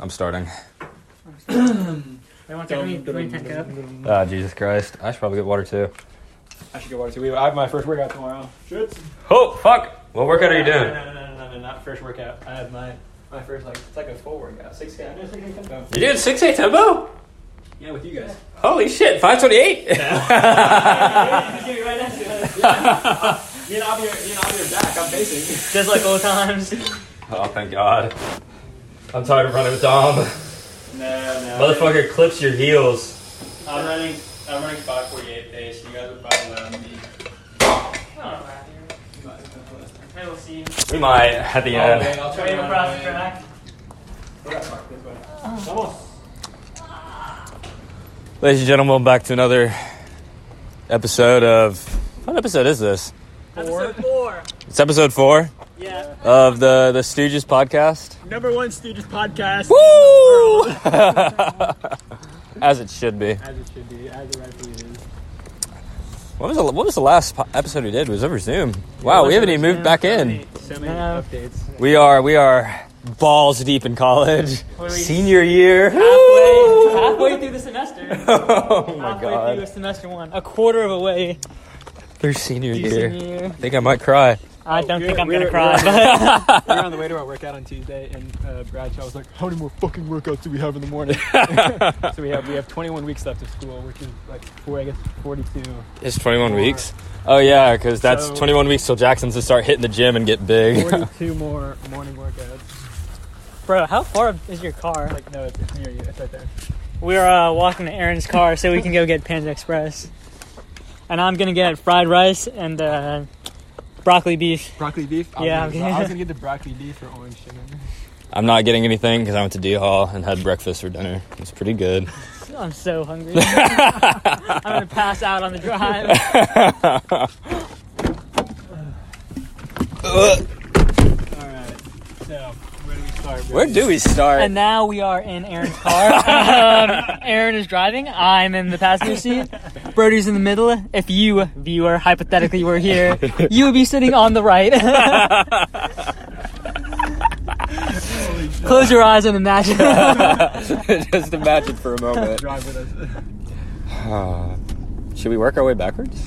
I'm starting. I want the green, green tech up. Ah, Jesus Christ. I should probably get water too. I should get water too. We- I have my first workout tomorrow. Shit. Oh, fuck! What workout are you No, doing? No, no, no, no, no, no, not first workout. I have my my first like it's like a full workout, six K. Oh. You doing 6A tempo? Yeah, with you guys. Holy shit, Oh, 528! Just kidding, right next to us. Yeah. Me and Avi are, me and Avi are back. I'm facing. Just like old times. oh, thank God. I'm tired of running with Dom. No, no. Motherfucker clips your heels. I'm running. I'm running 548 pace. You guys are probably loud me. Oh, I will see. We might at the Oh, man, end. I'll try Train to across the track. Come on. Ladies and gentlemen, welcome back to another episode of. What episode is this? Episode four. It's episode four Yeah. of the, the Stooges podcast. Number one Stooges podcast. Woo! As it should be. As it should be, as it rightfully is. What was the, what was the last po- episode we did? It was over Zoom. Wow, we haven't even moved back in. So many updates. We are we are balls deep in college, What are we- senior year. Halfway, Woo! halfway through the semester. oh my halfway through god, semester one. A quarter of a way through senior through year. senior year. I think I might cry. I don't good. think I'm We're- gonna cry. we're- but- we were on the way to our workout on Tuesday, and uh, Bradshaw was like, "How many more fucking workouts do we have in the morning?" so we have we have 21 weeks left of school, which is like four, I guess 42. It's 21 weeks. Oh yeah, because that's So- 21 weeks till Jackson's to start hitting the gym and get big. 42 more morning workouts. Bro, how far is your car? Like no, it's, it's near you. It's right there. We're uh, walking to Aaron's car so we can go get Panda Express. And I'm gonna get fried rice and uh, broccoli beef. Broccoli beef. I was Yeah, gonna- okay. I was gonna get the broccoli beef or orange sugar. I'm not getting anything because I went to D Hall and had breakfast for dinner. It's pretty good. I'm so hungry. I'm gonna pass out on the drive. All right. So where do we start? Where do we start? And now we are in Aaron's car. um, Aaron is driving. I'm in the passenger seat. Brody's in the middle. If you, viewer, hypothetically were here, you would be sitting on the right. Close your eyes and imagine. Just imagine for a moment. Drive with us. Uh, should we work our way backwards?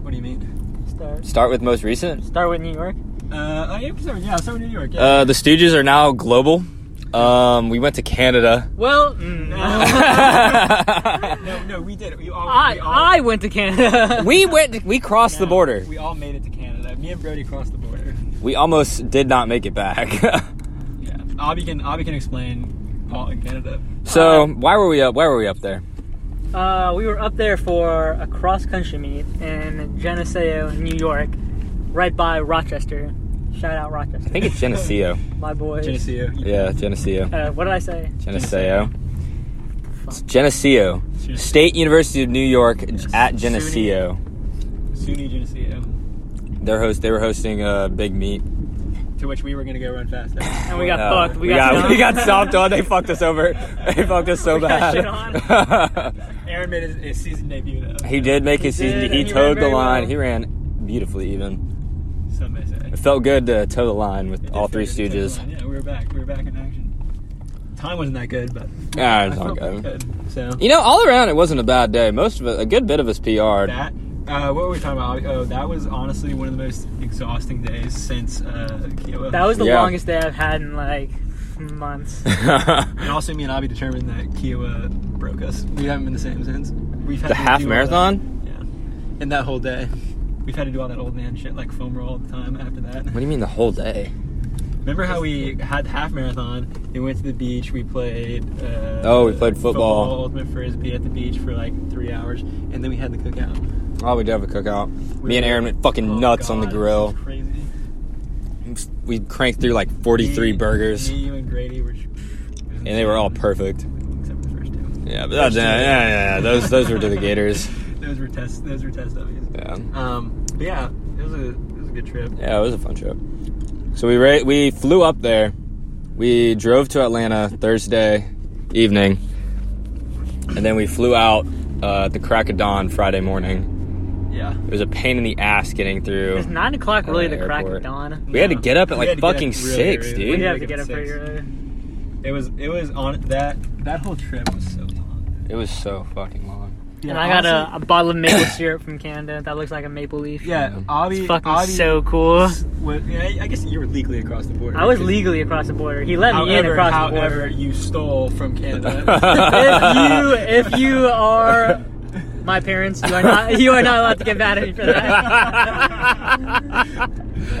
what do you mean? Start. Start with most recent. Start with New York. Uh, oh, yeah, so, yeah, so New York. Yeah. Uh, the Stooges are now global. Um, we went to Canada. Well, mm, no, no, we did. it. We all. I we all, I went to Canada. we went. We crossed the border. We all made it to Canada. Me and Brody crossed the border. We almost did not make it back. Yeah. Abby can Abby can explain Paul in Canada. so why were we up? Why were we up there? Uh, we were up there for a cross country meet in Geneseo, New York, right by Rochester. Shout out Rochester, I think it's Geneseo. my boys. Geneseo. Yeah, Geneseo. Uh, what did I say? Geneseo. It's Geneseo. State University of New York at Geneseo. SUNY Geneseo. They're host. They were hosting a big meet. To which we were gonna go run faster. And we got No, fucked. We, we got, got, we got stomped on. They fucked us over. They fucked us so We got shit bad. Aaron made his, his season debut though. He did make his He season. did, He and he towed ran the very line. well. He ran beautifully, even. Some may say. It felt good to toe the line It with did all three feel good. Stooges. Yeah, we were back. We were back in action. Time wasn't that good, but Ah, I it's all felt pretty good. good. So You know, all around, it wasn't a bad day. Most of it, a good bit of us PR'd. that. Uh, what were we talking about? Oh, that was honestly one of the most exhausting days since uh, Kiowa. that was the Yeah. longest day I've had in like months. And also, me and Abby determined that Kiowa broke us. We haven't been the same since. We've had the to half do all marathon? that- Yeah. And that whole day, we've had to do all that old man shit, like foam roll all the time. After that, What do you mean the whole day? remember how we had the half marathon? We went to the beach. We played. Uh, Oh, we played football. ultimate frisbee at the beach for like three hours, and then we had the cookout. Oh, we did have a cookout. We Me and were- Aaron went fucking Oh, nuts on the God, grill. this is Crazy. We cranked through like 43 Me- burgers, Me, you, and Grady were. and they were all perfect. Except for the first two. Yeah, but that's, yeah, yeah, yeah, yeah. Those, those were to the Gators. Those were tests. Those were test dummies. Yeah. Um, but yeah, it was a it was a good trip. Yeah, it was a fun trip. So we ra- we flew up there. We drove to Atlanta Thursday evening, and then we flew out uh, at the crack of dawn Friday morning. Yeah. It was a pain in the ass getting Is through. nine o'clock really Uh, the crack of airport. dawn? We had to get up at We like had to get up fucking really six, early. We dude. Yeah. have to get up pretty early. It was it was on that That whole trip was so long. It was so fucking long. Yeah, and I got honestly- a, a bottle of maple syrup from Canada that looks like a maple leaf. Yeah, Avi. It's fucking Avi so cool. Was, Yeah, I- I guess you were legally across the border. I was because legally across the border. He let me in however, across the border. however, you stole from Canada. if you if you are my parents, you are not you are not allowed to get mad at me for that.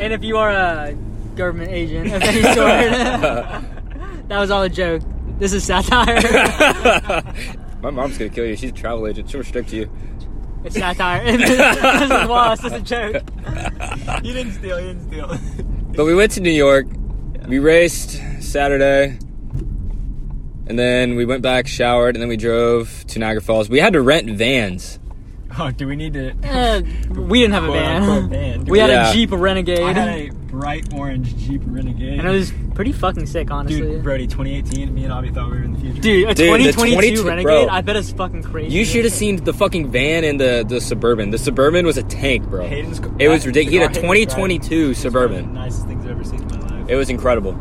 and if you are a government agent of any sort, that was all a joke. This is satire. My mom's gonna kill you. She's a travel agent. She'll restrict you. It's satire. this is lost. This is a joke. you didn't steal. You didn't steal. But we went to New York. We raced Saturday. And then we went back, showered, and then we drove to Niagara Falls. We had to rent vans. oh, do we need to? Eh, we didn't have a Quote, van. unquote, van. Do We had Yeah. a Jeep Renegade. I had And a bright orange Jeep it Renegade. was pretty fucking sick, honestly. Dude, Brody, 2018. Me and Avi thought we were in the future. Dude, Dude, a the 2022 22 Renegade, bro. I bet it's fucking crazy. You should have seen the fucking van and the, the Suburban. The Suburban was a tank, bro. Hayden's. It was ridiculous. He had a the car Hayden's driving 2022 is One of Suburban. the nicest things I've ever seen in my life. It was incredible.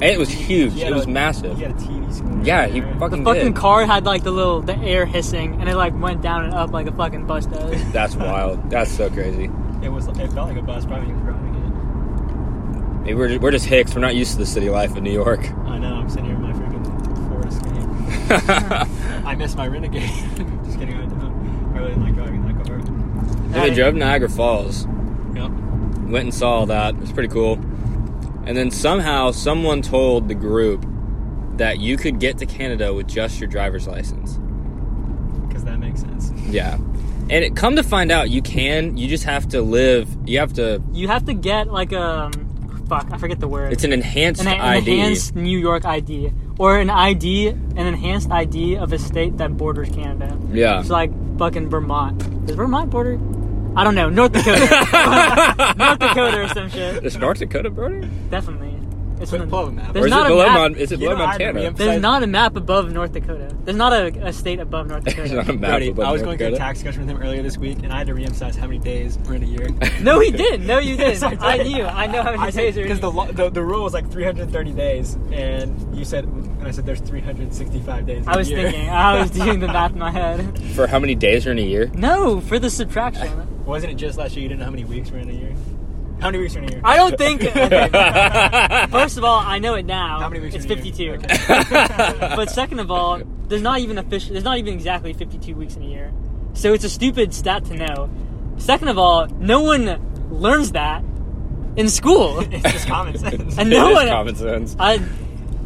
And it was huge. He It had was a- massive. He had a TV screen. Yeah, he Right. fucking fucking did. car had like the little the air hissing and it like went down and up like a fucking bus does. That's wild. That's so crazy. It was. It felt like a bus. Probably he was driving it. Hey, We're, we're just hicks. We're not used to the city life in New York. I know. I'm sitting here in my freaking Forest game. I missed my Renegade. Just kidding. I don't. I really like driving that car. Then we drove to Niagara Falls. Yep. Went and saw that. It was pretty cool. And then somehow someone told the group that you could get to Canada with just your driver's license. Because that makes sense. Yeah. And it, come to find out, you can. You just have to live. You have to. You have to get like a fuck, I forget the word. It's an enhanced an, an ID. enhanced New York ID or an ID, an enhanced ID of a state that borders Canada. yeah. It's like fucking Vermont. Is Vermont border? I don't know. North Dakota. North Dakota or some shit. Is North Dakota, bro? Definitely. It's Put in the- pull the map. Or There's is not it a below map. Mon- Is it You below know, I'd Montana? reemphasize- There's not a map above North Dakota. There's not a, a state above North There's not a Dakota. map Brody, above I was North going through a Dakota. tax discussion with him earlier this week, and I had to reemphasize how many days we're in a year. No, he did. No, you didn't. Yes, I did. I knew. I know how many days are in because the, it. lo- the the rule was like 330 days, and you said, and I said there's 365 days. in I a was year. thinking. I was doing the math in my head. For how many days are in a year? No, for the subtraction. Wasn't it just last year? You didn't know how many weeks were in a year. How many weeks are in a year? I don't think. okay. First of all, I know it now. How many weeks It's in a year? 52. Okay. But second of all, there's not even official. There's not even exactly 52 weeks in a year. So it's a stupid stat to know. Second of all, no one learns that in school, it's just common sense. and It no is one. common sense. I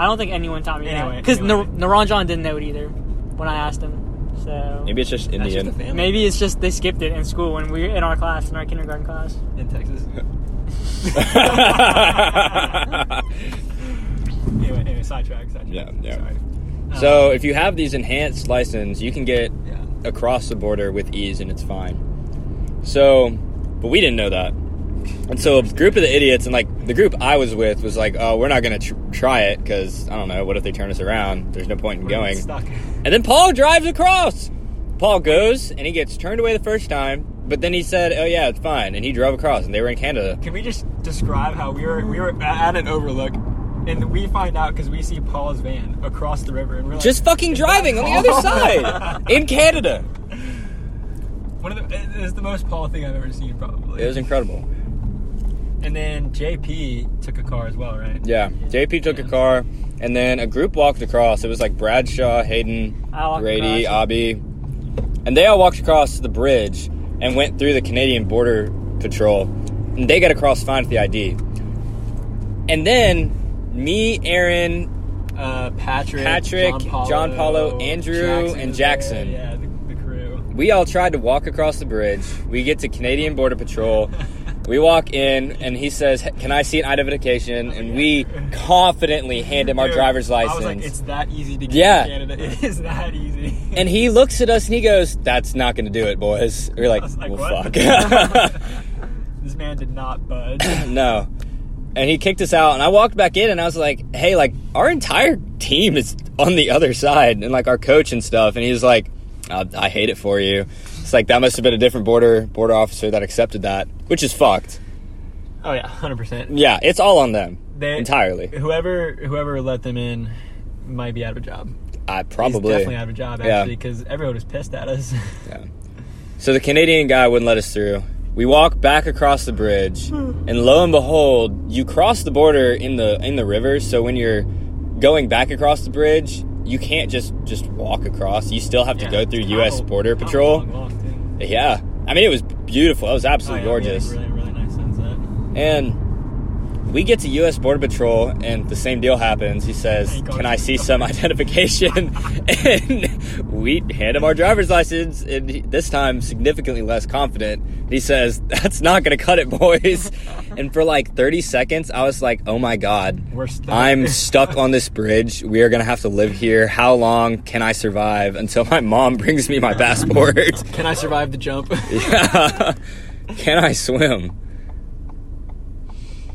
I don't think anyone taught me Anyway, that because anyway. Naranjan didn't know it either when I asked him. So Maybe it's just That's just a Indian. family maybe it's just they skipped it in school when we were in our class in our kindergarten class. in Texas. Anyway, anyway, sidetrack, sidetrack. Yeah, yeah. Sorry. Um, so if you have these enhanced license, you can get Yeah. across the border with ease, and it's fine. So, but we didn't know that. And so a group of the idiots and like the group I was with was like, "Oh, we're not gonna tr- try it because I don't know. What if they turn us around? There's no point in We're going." Stuck. And then Paul drives across. Paul goes and he gets turned away the first time, but then he said, "Oh yeah, it's fine," and he drove across, and they were in Canada. Can we just describe how we were we were at an overlook, and we find out because we see Paul's van across the river, and we're like, Just fucking driving on the other side in Canada. one of the it is the most Paul thing I've ever seen, probably. It was incredible. and then JP took a car as well, right? Yeah, JP took a car, and then a group walked across. It was like Bradshaw, Hayden, I walked Grady, across. Abby, and they all walked across the bridge and went through the Canadian border patrol, and they got across fine with the ID. And then me, Aaron, Uh, Patrick, Patrick, John Paulo, Andrew, and was Jackson. there, yeah, the, the crew. we all tried to walk across the bridge. We get to Canadian border patrol. We walk in, and he says, "Can I see an identification?" And we confidently hand him our Dude, driver's license. I was like, it's that easy to get Yeah. to Canada. It is that easy. And he looks at us and he goes, "That's not going to do it, boys." We're like, I was like, "Well, what?" fuck." this man did not budge. no. And he kicked us out, and I walked back in, and I was like, "Hey, like our entire team is on the other side, and like our coach and stuff." And he was like, I, "I hate it for you." It's like that must have been a different border border officer that accepted that, which is fucked. oh yeah, hundred percent. Yeah, it's all on them. they entirely. whoever whoever let them in might be out of a job. I He's probably definitely out of a job Yeah. actually because everyone was pissed at us. Yeah. So the Canadian guy wouldn't let us through. We walk back across the bridge, and lo and behold, you cross the border in the in the river. So when you're going back across the bridge, you can't just just walk across. You still have to Yeah. go through How- U.S. Border how Patrol. long walk, too. Yeah, I mean it was beautiful. It was Oh, yeah, absolutely we had a gorgeous. Really, really nice sunset. And we get to U.S. Border Patrol, and the same deal happens. He says, Thank God. "Can I see some identification?" and we hand him our driver's license, and he- this time significantly less confident. He says, "That's not going to cut it, boys." and for like 30 seconds, I was like, "Oh my God." We're stuck. I'm stuck on this bridge. We are going to have to live here. How long can I survive until my mom brings me my passport? Can I survive the jump? Yeah. Can I swim?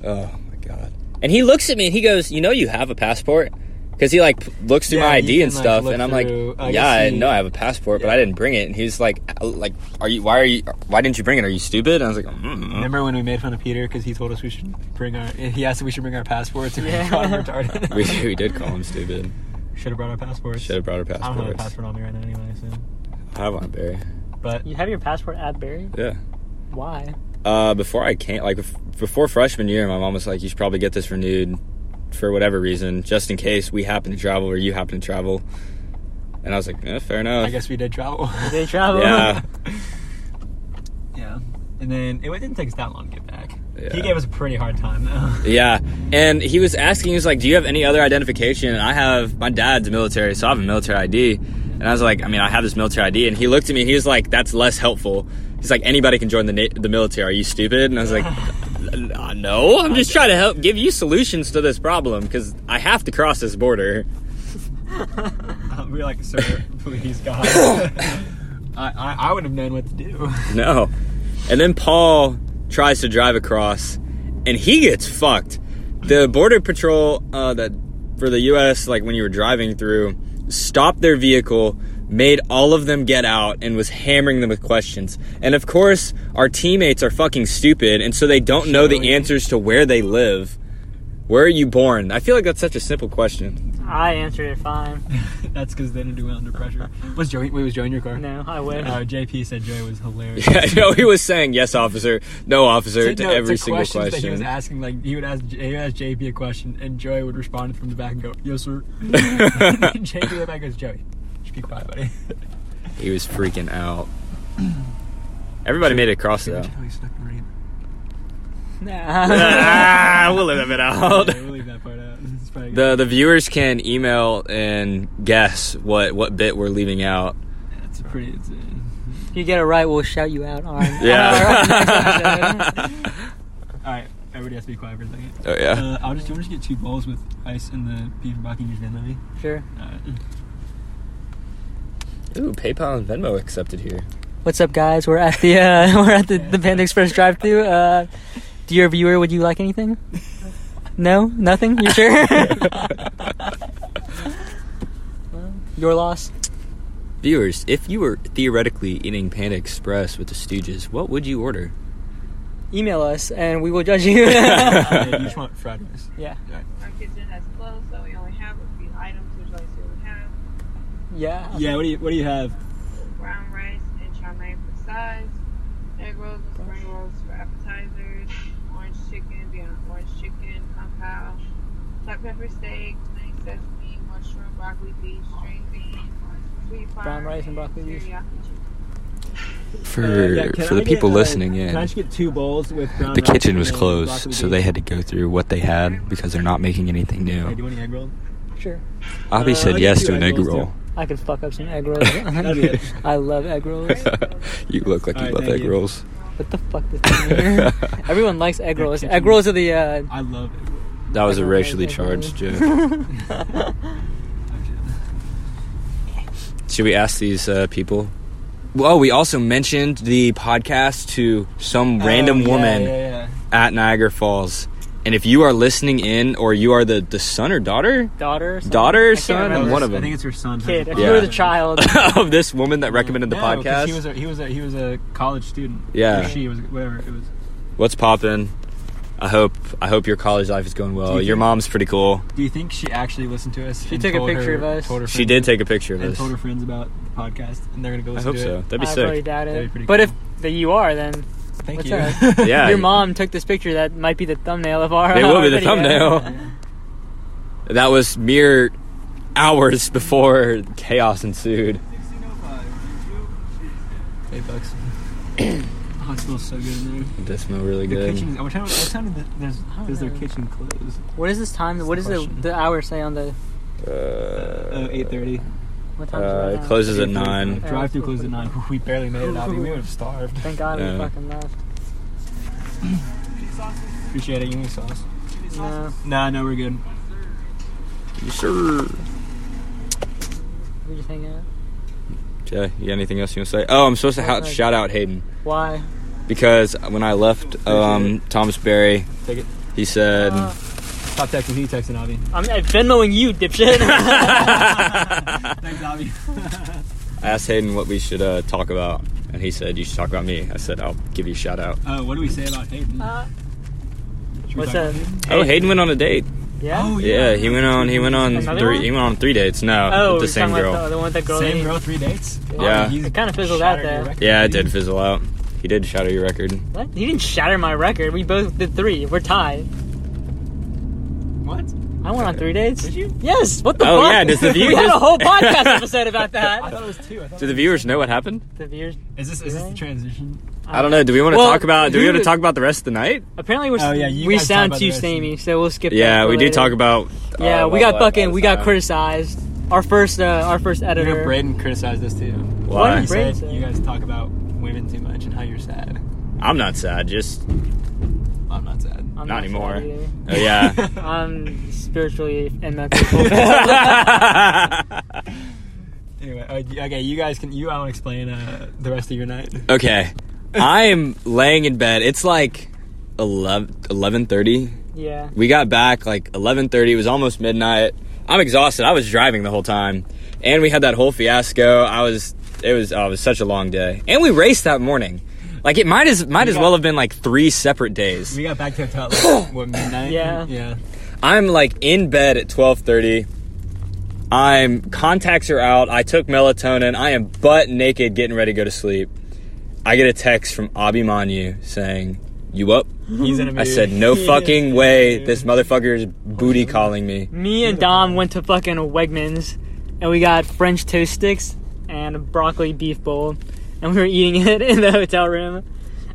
Oh my god. And he looks at me and he goes, "You know you have a passport?" Cuz he like p- looks through Yeah, my you ID and can, like, stuff look and I'm through- I like, "Yeah, guess I he- know I have a passport, but I Yeah. didn't bring it." And he's like, "Like, are you why are you why didn't you bring it? Are you stupid?" And I was like, mm. Remember when we made fun of Peter because he told us we should bring our? He asked if we should bring our passports, and Yeah. we called him retarded. we, we did call him stupid. should have brought our passports. Should have brought our I don't have a passports. passport on me right now anyway, so. I have one, Barry. But You have your passport at Barry? Yeah. Why? Uh, before I can't like bef- before freshman year, my mom was like, "You should probably get this renewed for whatever reason, just in case we happen to travel or you happen to travel." And I was like, eh, "Fair enough." I guess we did travel. They travel. Yeah. yeah. And then it didn't take us that long to get back. Yeah. He gave us a pretty hard time though. yeah. And he was asking, he was like, "Do you have any other identification?" And I have my dad's military, so I have a military ID. And I was like, "I mean, I have this military ID." And he looked at me, and he was like, "That's less helpful." He's like, "Anybody can join the na- the military. Are you stupid?" And I was like. "Uh, No, I'm just trying to help give you solutions to this problem because I have to cross this border. Um, we were like, sir, please God. I, I, I would have known what to do. No. And then Paul tries to drive across, and he gets fucked. The border patrol uh, that for the U.S. like when you were driving through stopped their vehicle, made all of them get out, and was hammering them with questions. And of course, our teammates are fucking stupid, and so they don't know the Really? answers to where they live. Where are you born? I feel like that's such a simple question. I answered it fine. That's because they didn't do well under pressure. Was Joey? Wait, was Joey in your car? No, I wish. Uh, JP said Joey was hilarious. Yeah, no, he was saying yes, officer, no, officer to No, every to single questions That he was question. asking, like he would ask, he would ask JP a question, and Joey would respond from the back and go, "Yes, sir." and JP in the back goes, "Joey, just be quiet, buddy." He was freaking out. Everybody made it across though. Nah. ah, we'll leave it out. Yeah, we'll leave that part out. It's probably The the viewers can email and guess what what bit we're leaving out. It's pretty. It's, uh, you get it right, we'll shout you out on. Yeah. all right, everybody has to be quiet for a second. oh yeah. Uh, I'll just, you want to just get two bowls with ice and the beef and Bucky just Venmo me? sure. Alright. Ooh, PayPal and Venmo accepted here. What's up, guys? We're at the uh, we're at the, the Panda Express drive-through. Uh, dear viewer, would you like anything? No, nothing. You sure? Well, Your loss. Viewers, if you were theoretically eating Panda Express with the Stooges, what would you order? Email us, and we will judge you. Uh, you just want fried rice. yeah. Our kitchen has closed, so we only have a few items, which like so we have Yeah. Yeah, what do you what do you have? Uh, brown rice and charmaine for sides, egg rolls and spring rolls for appetizers, orange chicken, beyond orange chicken, kung pao, black pepper steak, plain sesame, mushroom, broccoli, beef, string beans, sweet Brown rice and broccoli beef. teriyaki chicken. For Uh, yeah, can I get, uh, Can I just get two bowls with brown rice and broccoli beef? had to go through what they had because they're not making anything Hey, do you want any egg rolls? Sure. Abby Uh, said let's yes do to an egg egg rolls, roll. I could fuck up some egg rolls. That'd be it. I love egg rolls. you look like you Alright, love thank egg you. rolls. What the fuck does that mean? Everyone likes egg rolls. Egg rolls are the uh, I love egg rolls. That was a Everyone racially likes egg rolls. charged joke. Should we ask these uh, people? Well, we also mentioned the podcast to some random Oh, yeah, woman Yeah, yeah. at Niagara Falls. And if you are listening in, or you are the, the son or daughter daughter. Or something? Daughter, I can't son, remember. and one of I them. think it's her son. Kid. If Yeah. you were the child, of this woman that recommended the No, 'cause podcast, He was a he was a he was a college student. Yeah. Or she was whatever it was. what's poppin'? I hope I hope your college life is going well. you Your think- mom's pretty cool. Do you think she actually listened to us? She took a picture of us. She did take a picture of and us. told her friends about the podcast, and they're gonna go I listen hope to so. it. That'd be I probably sick. doubt That'd it. be pretty but cool. if the, you are, then Thank What's you. that? Yeah, your mom took this picture. That might be the thumbnail of our. It will our be the video. thumbnail. That was mere hours before chaos ensued. Eight bucks. oh, it smells so good in there. It does smell really The good. kitchen. What time? What time did the, does, does their kitchen close? What is this time? That's What the is the question. the hour say on the? Uh, Oh, Uh, eight thirty. What time? uh, is it now? closes at nine. Drive through closed at nine. We barely made it. Out. We would have starved. Thank God Yeah. we fucking left. Appreciate it. You need sauce? No, Nah, no, we're good. Sure. we just hang out. Jay, you got anything else you want to say? Oh, I'm supposed to ha- Okay. shout out Hayden Why? because when I left um, Thomas Berry, Take it. he said, Uh, Stop texting. He texting Avi. I'm Venmoing you, dipshit. Uh, Thanks, Avi. I asked Hayden what we should uh, talk about, and he said, You should talk about me. I said, I'll give you a shout out. Uh, what do we say about Hayden? Should we Uh, What's talk that? about Hayden? Oh, Hayden went on a date. yeah. Oh, Yeah, he went on. He went on Another three. one? He went on three dates. No, Oh, with we're the same talking about girl. The, the one with the girl. Same that- girl, three dates. Yeah. He's It kinda fizzled out shattered your there. record, Yeah, it dude. did fizzle out. He did shatter your record. What? He didn't shatter my record. We both did three. We're tied. What? I went on three dates. Did you? Yes. What the Oh, fuck? yeah, does the view we had a just- whole podcast episode about I that. thought it was two. I thought Do the viewers know what happened? the viewers. Is this is this the transition? I don't know. Do we want to Well, talk about? Do we who want to did- talk about the rest of the night? Apparently we're. Oh, yeah, you we guys talk sound about too the rest of samey, so we'll skip. that Yeah, for we do later. talk about. Yeah, uh, we well, got that- fucking. that We got time. criticized. Our first. Uh, our first You editor. know, Braden criticized us too. Why? He Braden said said- you guys talk about women too much and how you're sad. I'm not sad. Just I'm not sad. I'm not anymore. sad either. oh, yeah. I'm spiritually and mentally. fulfilled. Anyway, uh, y- okay, you guys can you. I want to explain uh, the rest of your night. okay, I am laying in bed. It's like 11, 11.30. yeah. We got back like 11:30. It was almost midnight. I'm exhausted. I was driving the whole time, and we had that whole fiasco. I was. It was. Oh, it was such a long day, and we raced that morning. Like it might as might as got- well have been like three separate days. We got back to the hotel like, what midnight. Yeah. yeah. I'm like in bed at 12:30. I'm contacts are out. I took melatonin. I am butt naked, getting ready to go to sleep. I get a text from Abi Manu saying, "You up?" He's in a mood. I said, "No fucking way! This motherfucker is booty calling me." Me and Dom went to fucking Wegmans, and we got French toast sticks and a broccoli beef bowl, and we were eating it in the hotel room,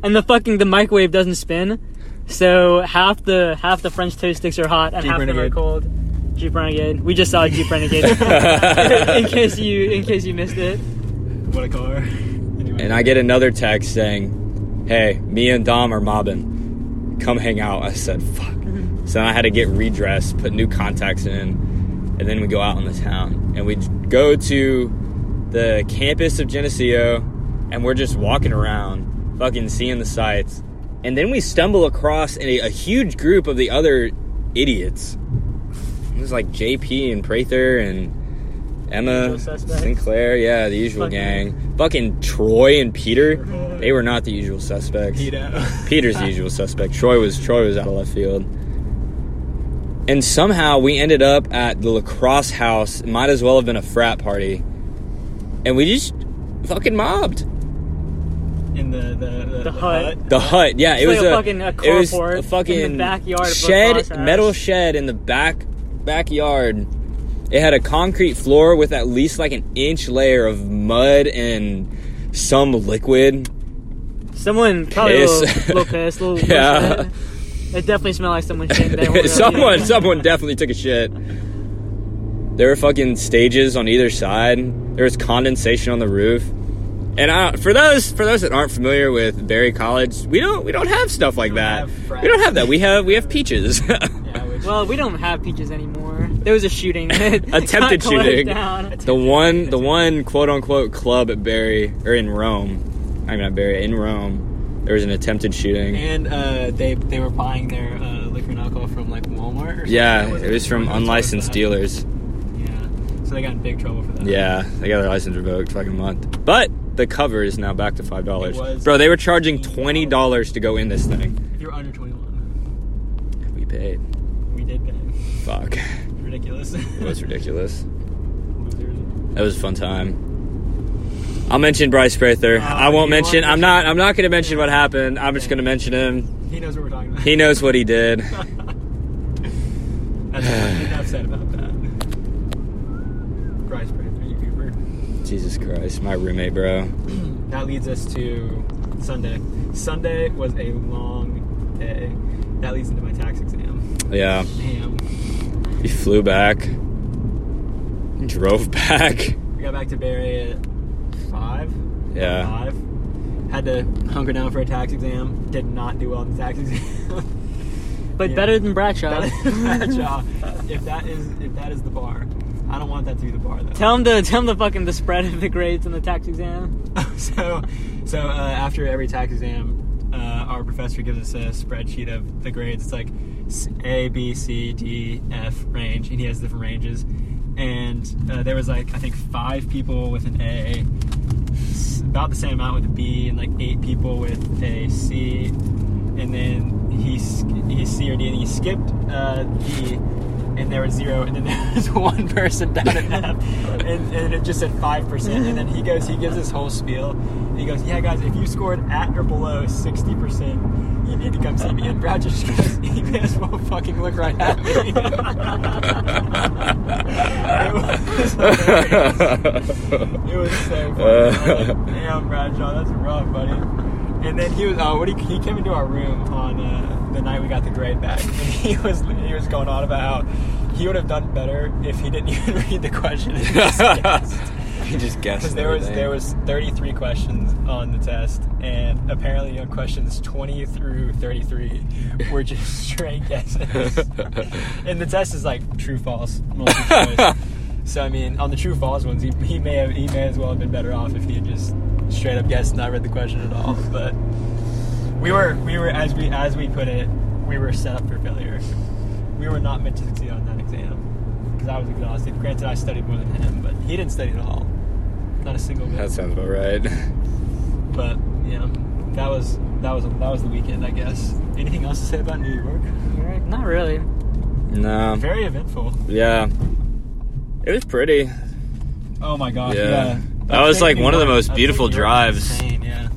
and the fucking the microwave doesn't spin, so half the half the French toast sticks are hot and Jeep half of them are Renegade. cold. Jeep Renegade. We just saw a Jeep Renegade. in case you in case you missed it. What a car. Anyway. and I get another text saying, "Hey, me and Dom are mobbing. Come hang out." I said, "Fuck." Mm-hmm. So then I had to get redressed, put new contacts in, and then we go out in the town and we go to the campus of Geneseo, and we're just walking around, fucking seeing the sights, and then we stumble across a, a huge group of the other idiots. It was like JP and Prather and. Emma Usual suspects. Sinclair, yeah, the usual Fucking- gang. Fucking Troy and Peter, they were not the usual suspects. Pedo. Peter's the usual suspect. Troy was Troy was out of left field. And somehow we ended up at the lacrosse house. It might as well have been a frat party. And we just fucking mobbed. in the the the, The hut. The hut, yeah, it It's was like a a fucking- a it was carport a in the fucking backyard of a shed, lacrosse house. metal shed in the back backyard. It had a concrete floor with at least like an inch layer of mud and some liquid. Someone probably a Piss. little, little pissed, little, little Yeah. shit. It definitely smelled like someone shit. in there. someone, someone definitely took a shit. There were fucking stages on either side. There was condensation on the roof. And I, for those for those that aren't familiar with Barry College, we don't we don't have stuff like that. have frats. We don't have that. We have we have peaches. Yeah, which, Well, we don't have peaches anymore. There was a shooting. It got Attempted closed shooting. down. the one the one quote unquote club at Barry or in Rome. I mean not Barry in Rome. There was an attempted shooting. and uh, they they were buying their uh, liquor and alcohol from like Walmart. Or something. Yeah, Wasn't it was from Walmart, unlicensed it dealers. was, uh, Yeah, so they got in big trouble for that. Yeah, they got their license revoked fucking month. But the cover is now back to five It dollars. was- Bro, they were charging twenty dollars to go in this thing. If you're under 21. paid. We did pay. Fuck. It's ridiculous. It was ridiculous. Losers. That was a fun time. I'll mention Bryce Prather. I won't you mention. won't I'm not. I'm not going to mention what happened. I'm just going to mention him. He knows what we're talking about. He knows what he did. That's what I'm upset about that. Christ, pray for you, Cooper. Jesus Christ, my roommate, bro. That leads us to Sunday. Sunday was a long day. That leads into my tax exam. Yeah, Damn. he flew back, drove back. We got back to Barry at five. Yeah. Five. Had to hunker down for a tax exam. Did not do well in the tax exam. But Yeah. better than Bradshaw. that is that job. If that is if that is the bar, I don't want that to be the bar though. Tell him the tell him the fucking the spread of the grades in the tax exam. so so uh, after every tax exam uh, our professor gives us a spreadsheet of the grades it's like s- a b c d f range and he has different ranges and uh, there was like i think five people with an a s- about the same amount with a b and like eight people with a c and then he s- he c or d and he skipped uh, d and there was zero, and then there was one person down at F, and, and it just said five percent. And then he goes, he gives this whole spiel. And he goes, "Yeah, guys, if you scored at or below sixty percent, you need to come see me." And Brad just goes, "He may as well fucking look right at me." it was hilarious. It was so funny. I'm like, Damn, Bradshaw, that's rough, buddy. And then he was, uh, what he, he came into our room on uh, the night we got the grade back, and he was he was going on about how he would have done better if he didn't even read the question. he just Because guessed. there was everything. there was 33 questions on the test, and apparently on questions 20 through 33 were just straight guesses. and the test is like true false multiple choice. so I mean, on the true false ones, he, he may have he may as well have been better off if he had just straight up guessed, and not read the question at all. But we were we were as we as we put it, we were set up for failure. We were not meant to succeed on that exam because I was exhausted. Granted, I studied more than him, but he didn't study at all. Not a single bit. That sounds about right. but yeah, that was that was that was the weekend, I guess. Anything else to say about New York? Not really. No. Very eventful. Yeah. It was pretty. Oh my gosh. Yeah. Yeah. That was, like, one of the most I think beautiful New York was drives. insane, yeah.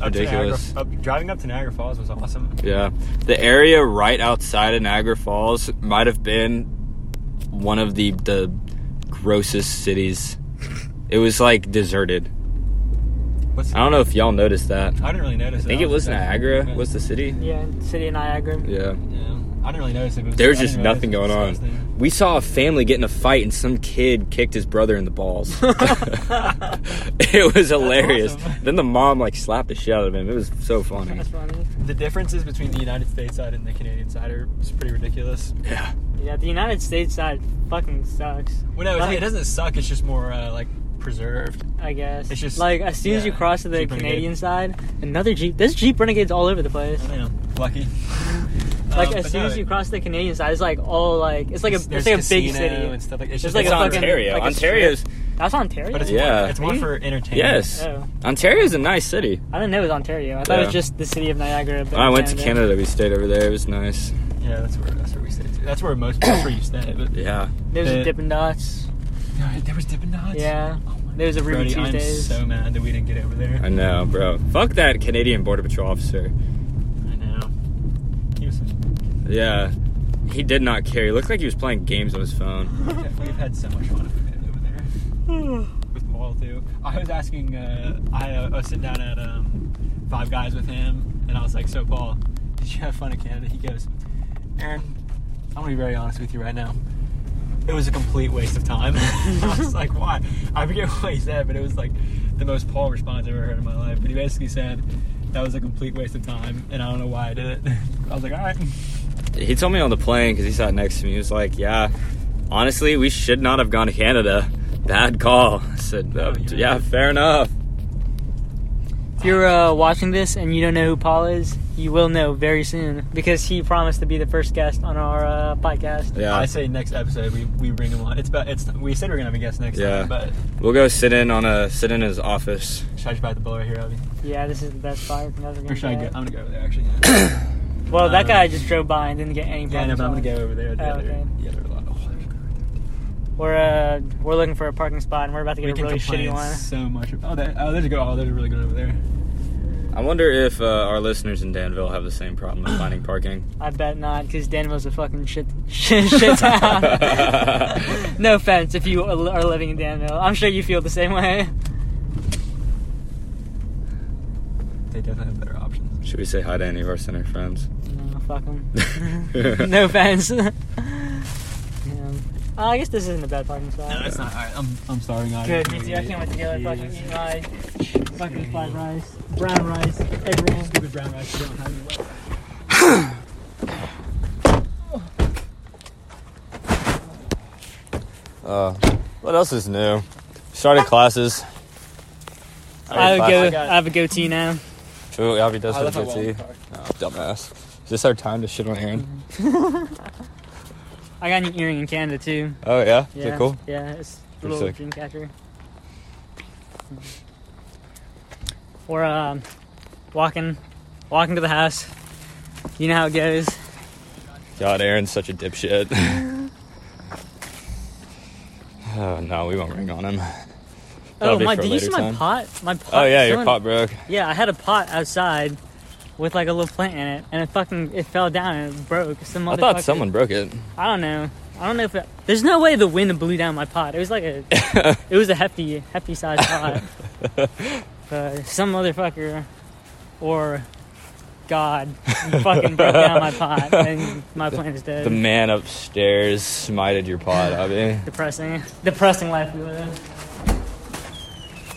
Up to Ridiculous. Niagara- up- driving up to Niagara Falls was awesome. Yeah. The area right outside of Niagara Falls might have been one of the the grossest cities. It was like deserted. What's I don't know if y'all noticed that. I didn't really notice. I think it was Niagara was the city. Yeah, City of Niagara. Yeah. Yeah. I didn't really notice it. but it was- There was I didn't just realize nothing it was going disgusting. on. We saw a family get in a fight and some kid kicked his brother in the balls. it was hilarious. awesome. Then the mom like slapped the shit out of him. It was so funny. That's funny. The differences between the United States side and the Canadian side are it's pretty ridiculous. Yeah. Yeah, the United States side fucking sucks. Well, no, it's- Like- it doesn't suck. It's just more uh, like preserved. I guess. It's just- like as soon as you yeah, cross to the Jeep Renegade. Canadian side, another Jeep. There's Jeep Renegades all over the place. I don't know. Lucky. Like Um, as but soon no, as you cross the Canadian side, it's like all like it's like a it's there's like a big casino city. and stuff like it's There's just like it's a fucking- Ontario. like a Ontario's That's Ontario. But it's Yeah. more, it's more for entertainment. yes. Oh. Ontario's a nice city. I didn't know it was Ontario. I thought it Yeah. was just the city of Niagara. But I went to Canada. We stayed over there. It was nice. Yeah, that's where that's where we stay. Too. That's where most that's where you stay. But Yeah. There's a The- Dippin' Dots. No, there was Dippin' Dots. Yeah. There's a Ruby Brody, I'm Tuesdays. so mad that we didn't get over there. I know, bro. Fuck that Canadian Border Patrol officer. I know. He was. Yeah. He did not care. He looked like he was playing games on his phone. We've had so much fun over there. with Paul too. I was asking, uh, I, uh, I was sitting down at um, Five Guys with him, and I was like, "So Paul, did you have fun in Canada?" He goes, "Aaron, I'm gonna be very honest with you right now. It was a complete waste of time." I was like, "Why?" I forget what he said, but it was like the most Paul response I've ever heard in my life. But he basically said. That was a complete waste of time, and I don't know why I did it. I was like, all right. He told me on the plane because he sat next to me. He was like, "Yeah, honestly, we should not have gone to Canada. Bad call." I said, uh, No, you're "Yeah, right. fair enough." If you're uh, watching this and you don't know who Paul is, you will know very soon because he promised to be the first guest on our uh, podcast. Yeah, I say next episode we, we bring him on. It's about it's we said we are gonna have a guest next Yeah. time, but we'll go sit in on a sit in his office. should I just buy the blower here, Abby? Yeah, this is the best part. I've ever Or should I gonna go? get. I'm gonna go over there actually. Yeah. Well, that Um, guy just drove by and didn't get any Yeah, I know, problems. but I'm gonna on go it. over there. Oh, okay. Yeah, there are a lot. Oh, there's We're uh, we're looking for a parking spot, and we're about to we get can a really complain shitty one. so much. Oh, there, oh, there's a good. Oh, there's a really good one over there. I wonder if uh, our listeners in Danville have the same problem of finding parking. I bet not, because Danville's a fucking shit shit, shit town. no offense if you are are living in Danville. I'm sure you feel the same way. They definitely have better options. Should we say hi to any of our center friends? No, fuck 'em. Mm-hmm. no offense. yeah. Oh, I guess this isn't a bad parking spot. No, it's not. All right, I'm, I'm starving. already. Good, me too. I can't wait to get like fucking eat my fucking fried rice, brown rice, egg rolls. Stupid brown rice. You don't have any left. Uh, what else is new? Started classes. I would Alright, go. I have a goatee now. class. Ooh, Albie does I left have my a goatee. wallet in the car. No, Oh, dumbass. Is this our time to shit on Aaron? I got an earring in Canada too. Oh yeah, Yeah, Is it cool. Yeah, it's a Pretty little sick. dream catcher. Mm-hmm. We're um, walking, walking to the house. You know how it goes. God, Aaron's such a dipshit. oh no, we won't ring on him. That'll oh be my! for Did you later see my time. pot? My pot. Oh yeah, your someone- pot broke. Yeah, I had a pot outside with like a little plant in it, and it fucking it fell down and it broke. Some I thought motherfucker- someone broke it. I don't know. I don't know if it, there's no way the wind blew down my pot. It was like a, it was a hefty, hefty sized pot. but some motherfucker, or God, fucking broke down my pot, and my plant is dead. The man upstairs smited your pot, Albie. depressing, depressing life we live. in.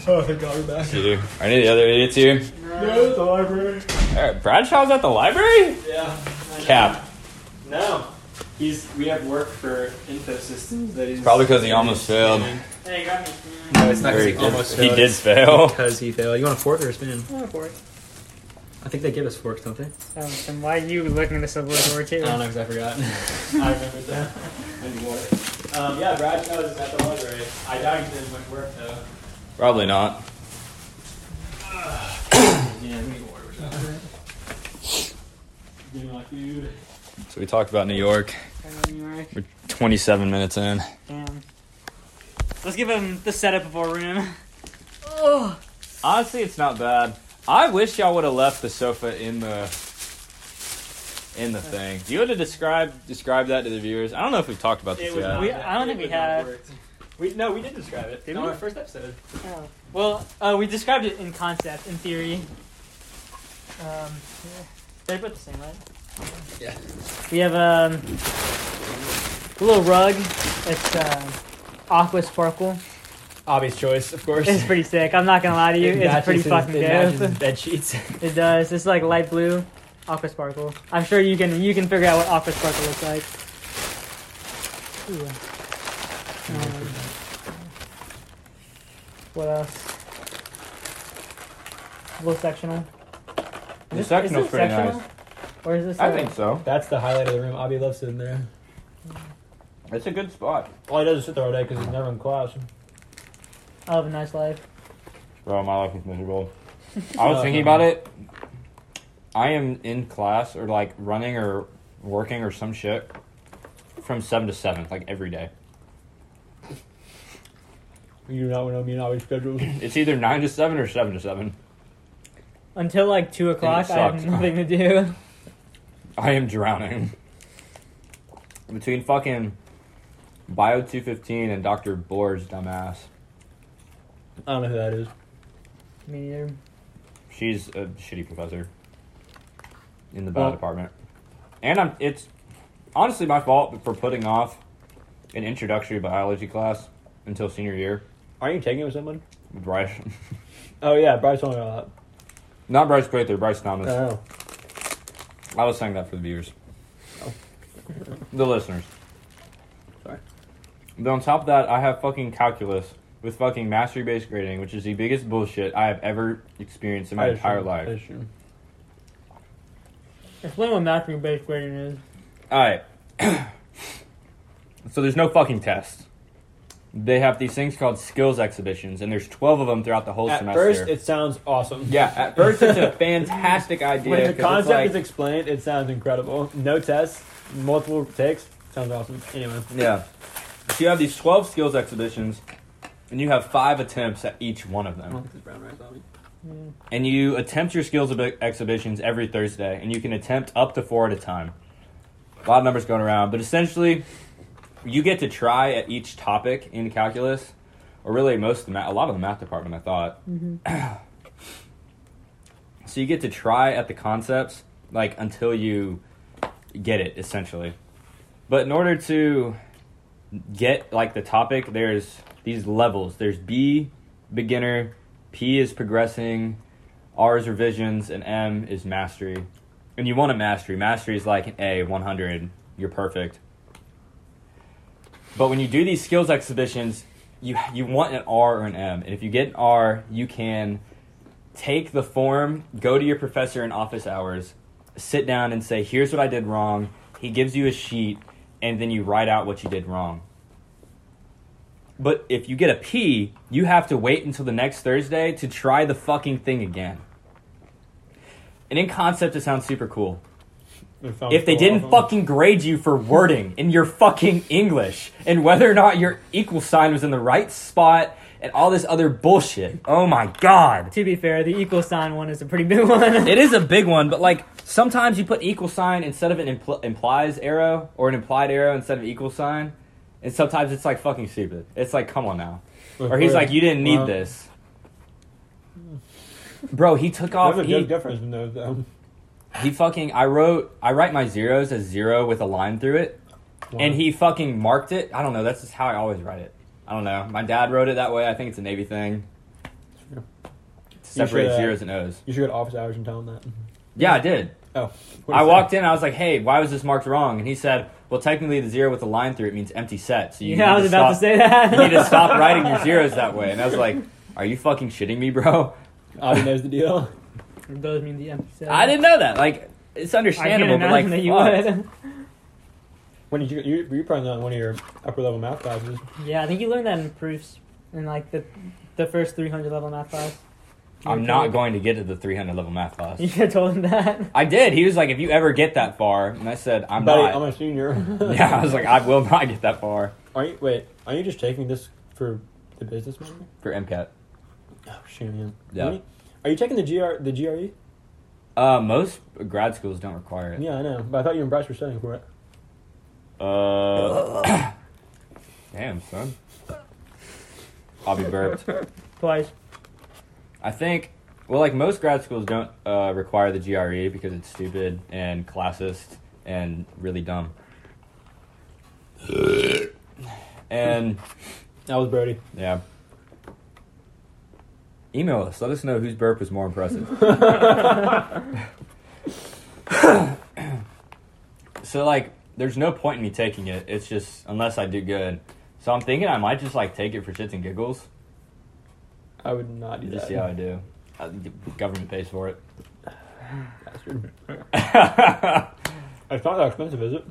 Oh, thank God we're back. Dude, Are any of the other idiots here? No, the library. All right, Bradshaw's at the library? Yeah. Cap. No. He's. We have work for info systems that he's Probably because he almost failed. Hey, grab me. No, it's not Or because he he almost did, failed. he did fail. Because he failed. You want a fork or a spoon? Oh, fork. I think they give us forks, don't they? Um, and why are you looking at this over door I too? don't know because I forgot. I remembered that. I need water. Um, yeah, Bradshaw is at the library. I doubt he did much work though. Probably not. Yeah, we need water. Give me my food. So we talked about New York. We're 27 minutes in. Damn. Let's give him the setup of our room. Honestly, it's not bad. I wish y'all would have left the sofa in the in the thing. You would have described described that to the viewers. I don't know if we've talked about this It was yet. not We- that- I don't think it we was not have. worked. We, no, we did describe it. Did on we? our first episode. Oh. Well, uh, we described it in concept, in theory. Um, they're both the same, right? Yeah. We have um, a little rug. It's um aqua sparkle. Obvious choice, of course. It's pretty sick. I'm not gonna lie to you. It's pretty fucking dope. bed sheets. It does. It's like light blue, aqua sparkle. I'm sure you can you can figure out what aqua sparkle looks like. Ooh. Um, what else? Little sectional. The sectional's pretty nice. Or is this? I a- think so. That's the highlight of the room. Abby loves sitting there. It's a good spot. All he does is sit there all day because he's never in class. I have a oh, nice life. Bro, my life is miserable. I was Uh, thinking about it. I am in class or like running or working or some shit from seven to seven, like every day. You do not know me and Abby's schedules. It's either nine to seven or seven to seven. Until like two o'clock, I have sucks. nothing to do. I am drowning. Between fucking Bio 215 and Dr. Bohr's dumbass. I don't know who that is. Me neither. She's a shitty professor in the bio Well- department. And I'm it's honestly my fault for putting off an introductory biology class until senior year Aren't you taking it with someone? with Bryce. Oh yeah, Bryce told me about Not Bryce Prather, Bryce Thomas. that. Oh. I was saying that for the viewers. Oh. the listeners. Sorry. But on top of that, I have fucking calculus with fucking mastery based grading, which is the biggest bullshit I have ever experienced in my That is entire true. That life. is true. Explain what macro based grading is. Alright. so there's no fucking test. they have these things called skills exhibitions, and there's 12 of them throughout the whole At semester. first, it sounds awesome. yeah, at first it's a fantastic idea. When 'cause the it's concept like- is explained, it sounds incredible. No tests, multiple takes, sounds awesome. Anyway, Yeah. So you have these 12 skills exhibitions, and you have five attempts at each one of Uh-huh. them. And you attempt your skills ab- exhibitions every Thursday, and you can attempt up to four at a time. A lot of numbers going around, but essentially, you get to try at each topic in calculus, or really most of the math, a lot of the math department, I thought. so you get to try at the concepts, like until you get it, essentially. But in order to get like the topic, there's these levels. There's B, beginner, P is progressing, R is revisions, and M is mastery. And you want a mastery. Mastery is like an A, 100, you're perfect. But when you do these skills exhibitions, you you want an R or an M. And if you get an R, you can take the form, go to your professor in office hours, sit down and say, "Here's what I did wrong." He gives you a sheet and then you write out what you did wrong. But if you get a P, you have to wait until the next Thursday to try the fucking thing again. And in concept, it sounds super cool. If they didn't fucking grade you for wording in your fucking English and whether or not your equal sign was in the right spot and all this other bullshit. Oh my god. To be fair, the equal sign one is a pretty big one. It is a big one, but like sometimes you put equal sign instead of an impl- implies arrow or an implied arrow instead of equal sign, and sometimes it's like fucking stupid. It's like, come on now. Or he's like, you didn't need Wow. this. Bro, he took off. There's a he- big difference in those. Though. he fucking I wrote I write my zeros as zero with a line through it. And he fucking marked it. I don't know, that's just how I always write it. I don't know. My dad wrote it that way. I think it's a Navy thing. Sure. Separate should, uh, zeros and O's. You should go to office hours and tell them that. Yeah, I did. Oh, I walked in, I was like, hey, why was this marked wrong? And he said, Well technically the zero with a line through it means empty set. So you yeah, I need was to about to stop- say that. you need to stop writing your zeros that way. And I was like, Are you fucking shitting me, bro? Avi knows the deal. Those mean the empty set. I didn't know that. Like it's I can't understandable, but imagine like that you fuck. would. When did you? You you probably not in one of your upper level math classes. Yeah, I think you learned that in proofs in like the the first 300 level math class. I'm not going to get to the three hundred level math class. You could have told him that. I did. He was like, if you ever get that far, and I said, I'm Buddy, not. I'm a senior. yeah, I was like, I will not get that far Are you? Wait, are you just taking this for the business major? for MCAT. Oh shoot, man. Yeah. Are you, are you taking the gr the E? GRE? Uh, most grad schools don't require it. Yeah, I know, but I thought you and Bryce were studying for it. Uh, damn son, I'll be burped. Twice. I think. Well, like most grad schools don't uh, require the GRE because it's stupid and classist and really dumb. and That was Brody. yeah. Email us. Let us know whose burp was more impressive. so like there's no point in me taking it it's just unless i do good so i'm thinking i might just like take it for shits and giggles I would not do and just that. see how i do Uh, the government pays for it Bastard. i It's not that expensive, is it?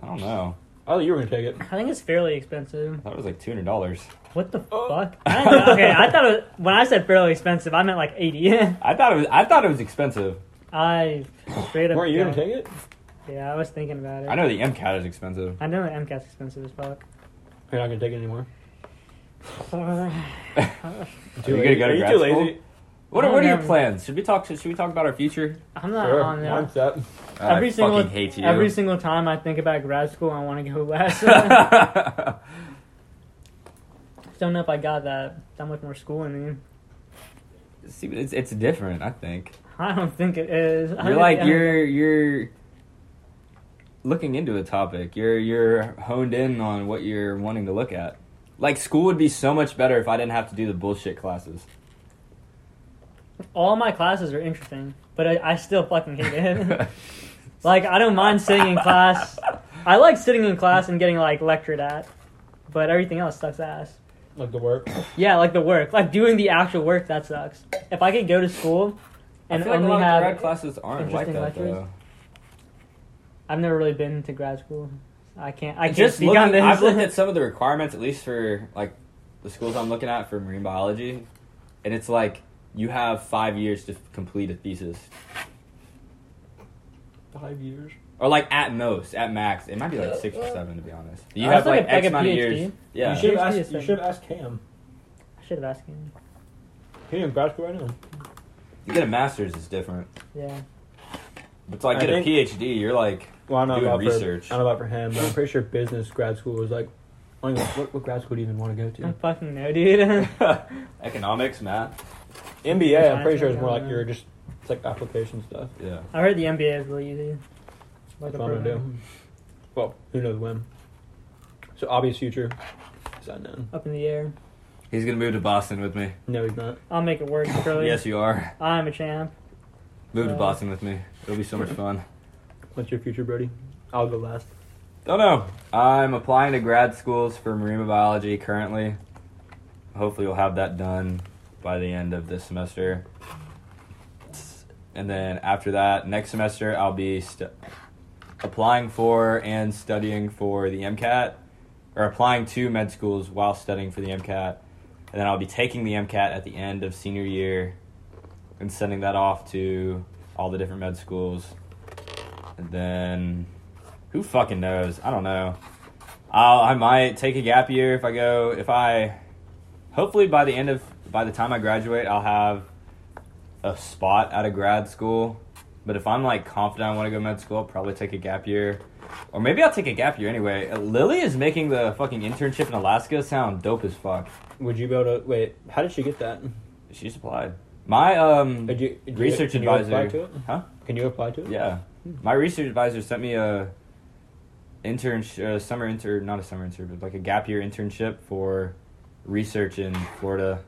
don't know I thought you were gonna take it. I think it's fairly expensive. that was like $200 What the Oh. fuck? I don't know. Okay, I thought it was, when I said fairly expensive, I meant like 80. i thought it was i thought it was expensive I straight up. Weren't you gonna don't- take it? Yeah, I was thinking about it. i know the mcat is expensive I know that MCAT's expensive as fuck. You're not gonna take it anymore. you gonna go to are you grad too school? lazy? what are, what are your Yeah. plans should we talk should we talk about our future Uh, I'm not Sure. on there. Mine's up. Every i single fucking hate you every single time I think about grad school, I want to go less. don't know if I got that that much more school in me. See, but it's, it's different i think I don't think it is. I You're think- like I- you're you're looking into a topic. You're you're honed in on what you're wanting to look at. Like school would be so much better if I didn't have to do the bullshit classes. all my classes are interesting, but I, I still fucking hate it. like I don't mind sitting in class. I like sitting in class and getting like lectured at, but everything else sucks ass. Like the work. Yeah, like the work, like doing the actual work that sucks. If I could go to school and I feel like a only lot have of grad classes aren't like interesting that lectures. though. I've never really been to grad school, I can't. I can't just speak looking, on this. I've looked at some of the requirements, at least for like the schools I'm looking at for marine biology, and it's like you have five years to complete a thesis, Five years. or like at most, at max, it might be like six or seven to be honest. You I have was Oh, like like, a- like X a amount of PhD. years. Yeah, You should have PhD is asked. You seven. should have asked Cam. I should have asked him. He in grad school right now. you get a master's is different. Yeah. It's like I get a think- PhD, you're like Well, I don't know Doing about research. For, I don't know about for him, but I'm pretty sure business grad school was like. I don't even- What, what grad school do you even want to go I to? fucking know, dude. economics, math. MBA, I'm pretty sure it's more like you're just it's like application stuff. Yeah, I heard the MBA is really easy. Like That's a what I'm gonna do. program Well, who knows when? So obvious future is unknown. up in the air. he's gonna move to Boston with me. No, he's not. I'll make it work, Curly. Yes, you are. I'm a champ. Move to Uh, Boston with me. It'll be so much fun. What's your future, Brody? I'll go last. Don't know. I'm applying to grad schools for marine biology currently. Hopefully, we'll have that done by the end of this semester. And then after that, next semester, I'll be st- applying for and studying for the MCAT, or applying to med schools while studying for the MCAT. And then I'll be taking the MCAT at the end of senior year and sending that off to all the different med schools. And then who fucking knows? I don't know. I'll, I might take a gap year if I go. If I, hopefully by the end of by the time I graduate, I'll have a spot out of grad school. But if I'm like confident I want to go med school, I'll probably take a gap year, or maybe I'll take a gap year anyway. Uh, Lily is making the fucking internship in Alaska sound dope as fuck. Would you be able to wait? How did she get Mm. that? She's applied. My um Did you, did you- research can you advisor, apply to it? huh? Can you apply to it? Yeah, my research advisor sent me a intern, uh, summer intern, not a summer intern, but like a gap year internship for research in Florida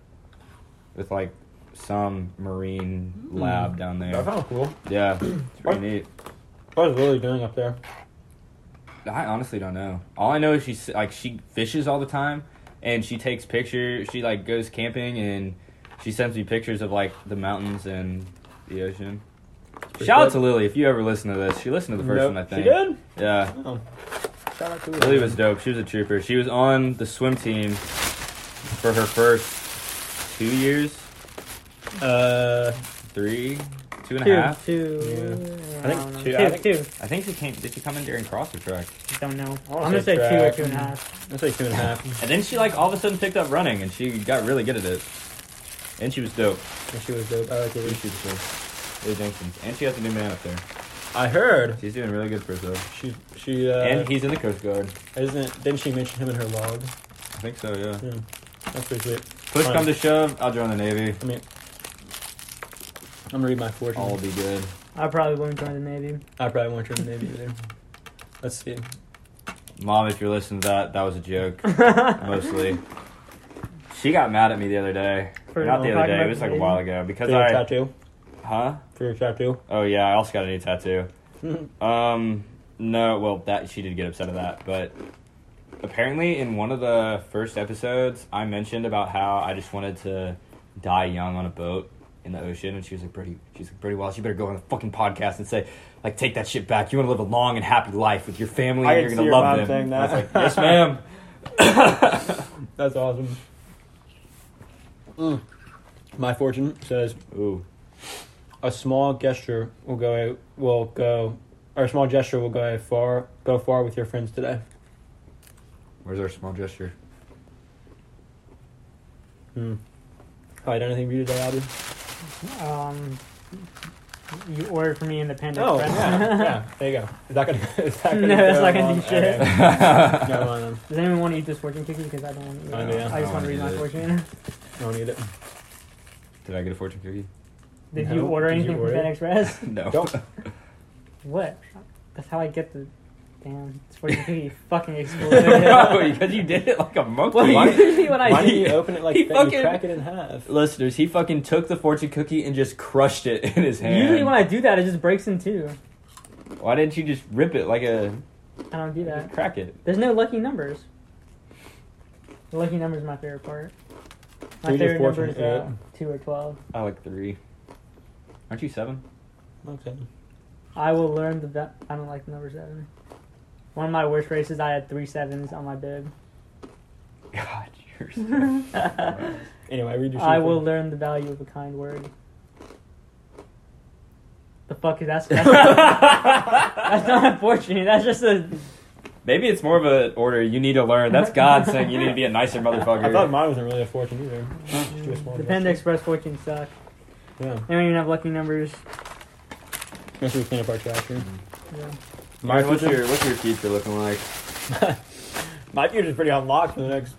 with like some marine lab down That there. sounds cool. Yeah, it's pretty What? neat. What is Lily doing up there? I honestly don't know. All I know is she's like she fishes all the time, and she takes pictures. She like goes camping and she sends me pictures of like the mountains and the ocean. pretty Shout out good. to Lily if you ever listen to this. She listened to the first Nope. one, I She think. did. Yeah. Oh. Shout out to Lily was dope. She was a trooper. She was on the swim team for her first two years, Uh, three, two and a half. Two, two. Yeah. I I don't think know. two- Two, I think- two. I think she came. Did she come in during cross or track? Don't know. I'm wanna gonna say say two or track. two and a half. let's say two and a half. And then she like all of a sudden picked up running, and she got really good at it. And she was dope. And she was dope. I like Really Lily. shoots her. Lily Jenkins. And she has a new man up there. I heard She's doing really good for herself. she she uh, and he's in the Coast Guard. isn't. Didn't she mention him in her log? I think so. Yeah. Yeah, that's pretty sweet. Push Fine. come to shove, I'll join the Navy. I mean, I'm gonna read my fortune. All will be good. I probably wouldn't join the Navy. I probably won't turn the navy either. Let's see. Mom, if you're listening to that, that was a joke. mostly. She got mad at me the other day. For Not the other talking day. It about was like a dating? while ago because For your I tattoo. huh? For your tattoo. Oh yeah, I also got a new tattoo. Mhm. um, no, well that she did get upset at that, but apparently in one of the first episodes, I mentioned about how I just wanted to die young on a boat in the ocean, and she was like, "Pretty, she's like, pretty wild. You better go on a fucking podcast and say." Like take that shit back. You want to live a long and happy life with your family, I and you're can see gonna your love mom them. saying And I was like, that. yes, ma'am. That's awesome. Mm. My fortune says Ooh, a small gesture will go will go or a small gesture will go far go far with your friends today. where's our small gesture? Hmm. Have I done anything for you today, Albie? Um, you ordered for me independent. Oh, friends. yeah, yeah. There you go. Is that gonna? Is that gonna No, go it's not gonna do along? shit. Okay. uh, I Never mind then. Does anyone want to eat this fortune cookie? Because I don't want to eat it. I know, yeah. I just want to read my Either. fortune. I don't need it. Did I get a fortune cookie? Did No. you order Did you anything from order? FedEx Express? No. Don't. What? That's how I get the damn this fortune cookie. Fucking exploded. Bro, because you did it like a monkey. well, usually when Why I do do, you open it like He that? fucking- You crack it in half. Listeners, he fucking took the fortune cookie and just crushed it in his hand. usually when I do that, it just breaks in two. Why didn't you just rip it like a I don't do that. just crack it? There's no lucky numbers. The lucky number is my favorite part. My Three to favorite four number is from uh, two or twelve. I like three. Aren't you seven? Okay. I will learn the. va- I don't like the number seven. One of my worst races, I had three sevens on my bib. God, you're. So... I anyway, read your. will learn the value of a kind word. The fuck is that? That's not, that's not unfortunate. That's just a. Maybe it's more of an order you need to learn. That's God saying you need to be a nicer motherfucker. I thought mine wasn't really a fortune either. Just do a small The Panda Express fortune suck. gesture. Yeah. They don't even have lucky numbers. Make sure we clean up our trash here. Yeah. Mark, what's Mm-hmm. your what's your future looking like? My future's pretty unlocked for the next.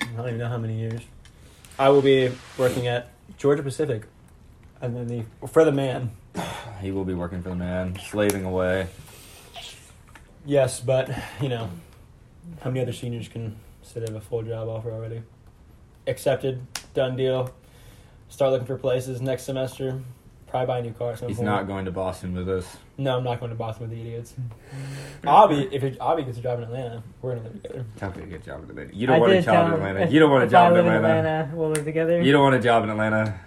I don't even know how many years. I will be working at Georgia Pacific, and then the for the man. He will be working for the man, slaving away. Yes, but you know, how many other seniors can say they have a full job offer already? Accepted, done deal. Start looking for places next semester. Probably buy a new car. at some He's point. not going to Boston with us. No, I'm not going to Boston with the idiots. Hmm. Obby, if it- Obby gets a job in Atlanta, we're gonna live together. Tough to get a job in Atlanta. You don't I want a did job tell in him Atlanta. if- You don't want a if I job in live Atlanta. Atlanta. We'll live together. You don't want a job in Atlanta.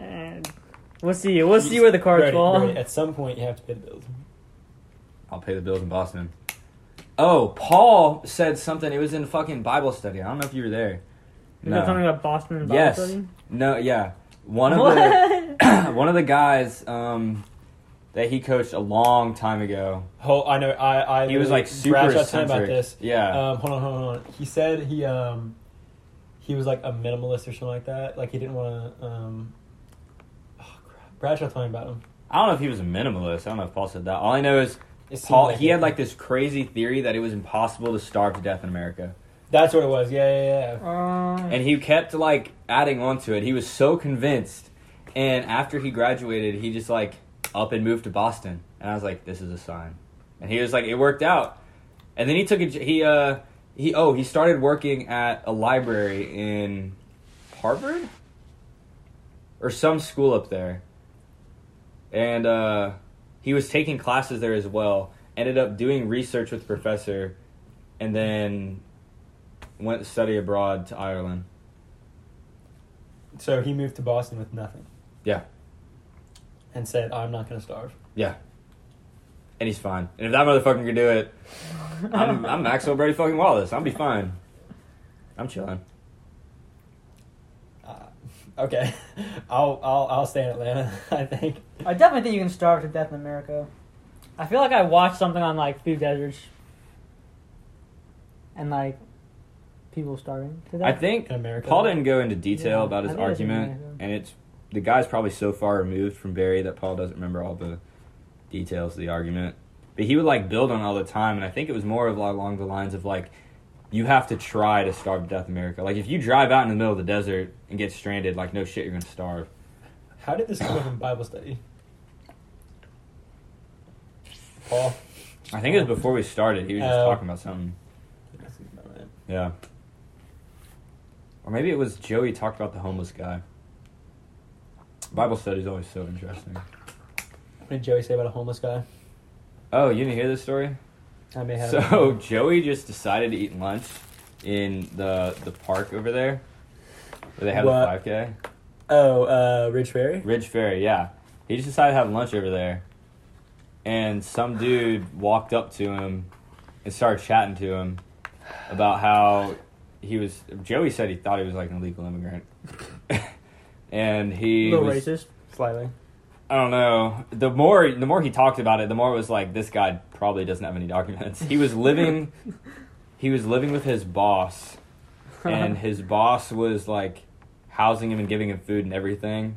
And we'll see. We'll see where the cards Brady, fall. Brady, at some point, you have to pay the bills. I'll pay the bills in Boston. Oh, Paul said something. It was in fucking Bible study. I don't know if you were there. Is that something about Boston and Bible Yes. study? No, yeah. One of What? the one of the guys um, that he coached a long time ago. Whole, I know. I, I He was literally- like super Brad shot eccentric. about this. Yeah. Um, hold on, hold on, hold on. He said he um, he was like a minimalist or something like that. Like he didn't want to. Um, oh crap! Bradshaw told me about him. I don't know if he was a minimalist. I don't know if Paul said that. All I know is It seemed Paul. He it. had like this crazy theory that it was impossible to starve to death in America, That's what it was. Yeah, yeah, yeah. Um, and he kept like adding on to it. He was so convinced, and after he graduated, he just like up and moved to Boston. And I was like, this is a sign. And he was like, it worked out. And then he took a j- he uh he oh he started working at a library in Harvard or some school up there, and uh, he was taking classes there as well. Ended up doing research with the professor, and then went to study abroad to Ireland. So he moved to Boston with nothing. Yeah. And said, "I'm not going to starve." Yeah, and he's fine. And if that motherfucker can do it, I'm, I'm Maxwell Brady fucking Wallace. I'll be fine. I'm chilling. Uh, okay, I'll I'll I'll stay in Atlanta. I think. I definitely think you can starve to death in America. I feel like I watched something on like food deserts, and like people starving to death. I think In America. Paul didn't go into detail Yeah, about his I think I did argument, remember. and it's the guy's probably so far removed from Barry that Paul doesn't remember all the details of the argument. But he would like build on it all the time, and I think it was more of along the lines of like, you have to try to starve to death in America. Like if you drive out in the middle of the desert and get stranded, like no shit, you're gonna starve. How did this come up in Bible study? Paul. I think it was before we started. He was just Oh. talking about something. That's about right. Yeah. Or maybe it was Joey talked about the homeless guy. Bible study is always so interesting. What did Joey say about a homeless guy? Oh, you didn't hear this story? I may have. So Joey just decided to eat lunch in the the park over there where they have What? the 5K. Oh, uh, Ridge Ferry. Ridge Ferry, yeah. He just decided to have lunch over there. And some dude walked up to him and started chatting to him about how he was Joey said he thought he was like an illegal immigrant. and a he little was- racist. Slightly. I don't know. The more the more he talked about it, the more it was like this guy probably doesn't have any documents. He was living he was living with his boss and his boss was like housing him and giving him food and everything.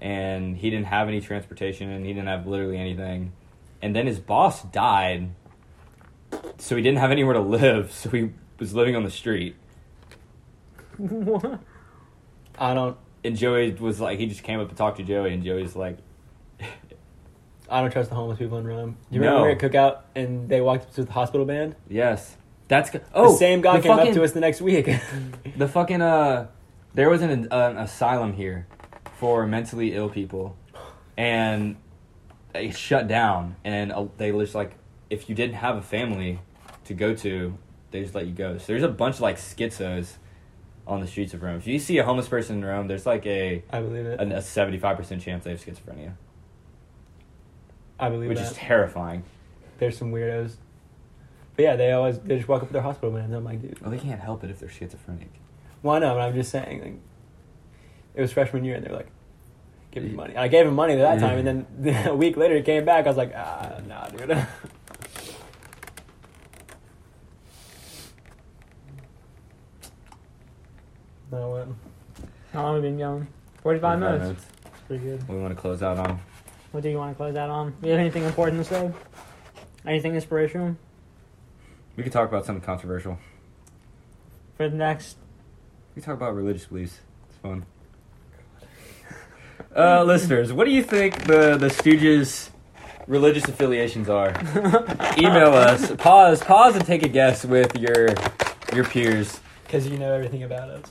And he didn't have any transportation and he didn't have literally anything. And then his boss died. So he didn't have anywhere to live, so he was living on the street. What? I don't. And Joey was like he just came up and talked to Joey and Joey's like I don't trust the homeless people in Rome. You No. remember we were at cookout and they walked up to the hospital band? Yes. That's go- oh the same guy the came fucking- up to us the next week. The fucking uh, there was an, an asylum here for mentally ill people, and it shut down. And uh, they just like, if you didn't have a family to go to, they just let you go. So there's a bunch of like schizos on the streets of Rome. If you see a homeless person in Rome, there's like a I believe it. a seventy five percent chance they have schizophrenia, I believe which that. is terrifying. There's some weirdos. But yeah, they always they just walk up to their hospital man. I'm like, dude, Well, they can't help it if they're schizophrenic. why not? But I'm just saying, like, it was freshman year, and they were like, give me money. And I gave him money that time, and then a week later, he came back. I was like, ah, nah, dude. No, what? How long have we been going? 45 minutes. It's pretty good. We want to close out on. What do you want to close out on? Do you have anything important to say? Anything inspirational We could talk about something controversial. for the next? We could talk about religious beliefs. It's fun. Uh, listeners, what do you think the the Stooges' religious affiliations are? Email us. Pause. Pause and take a guess with your your peers. Because you know everything about us.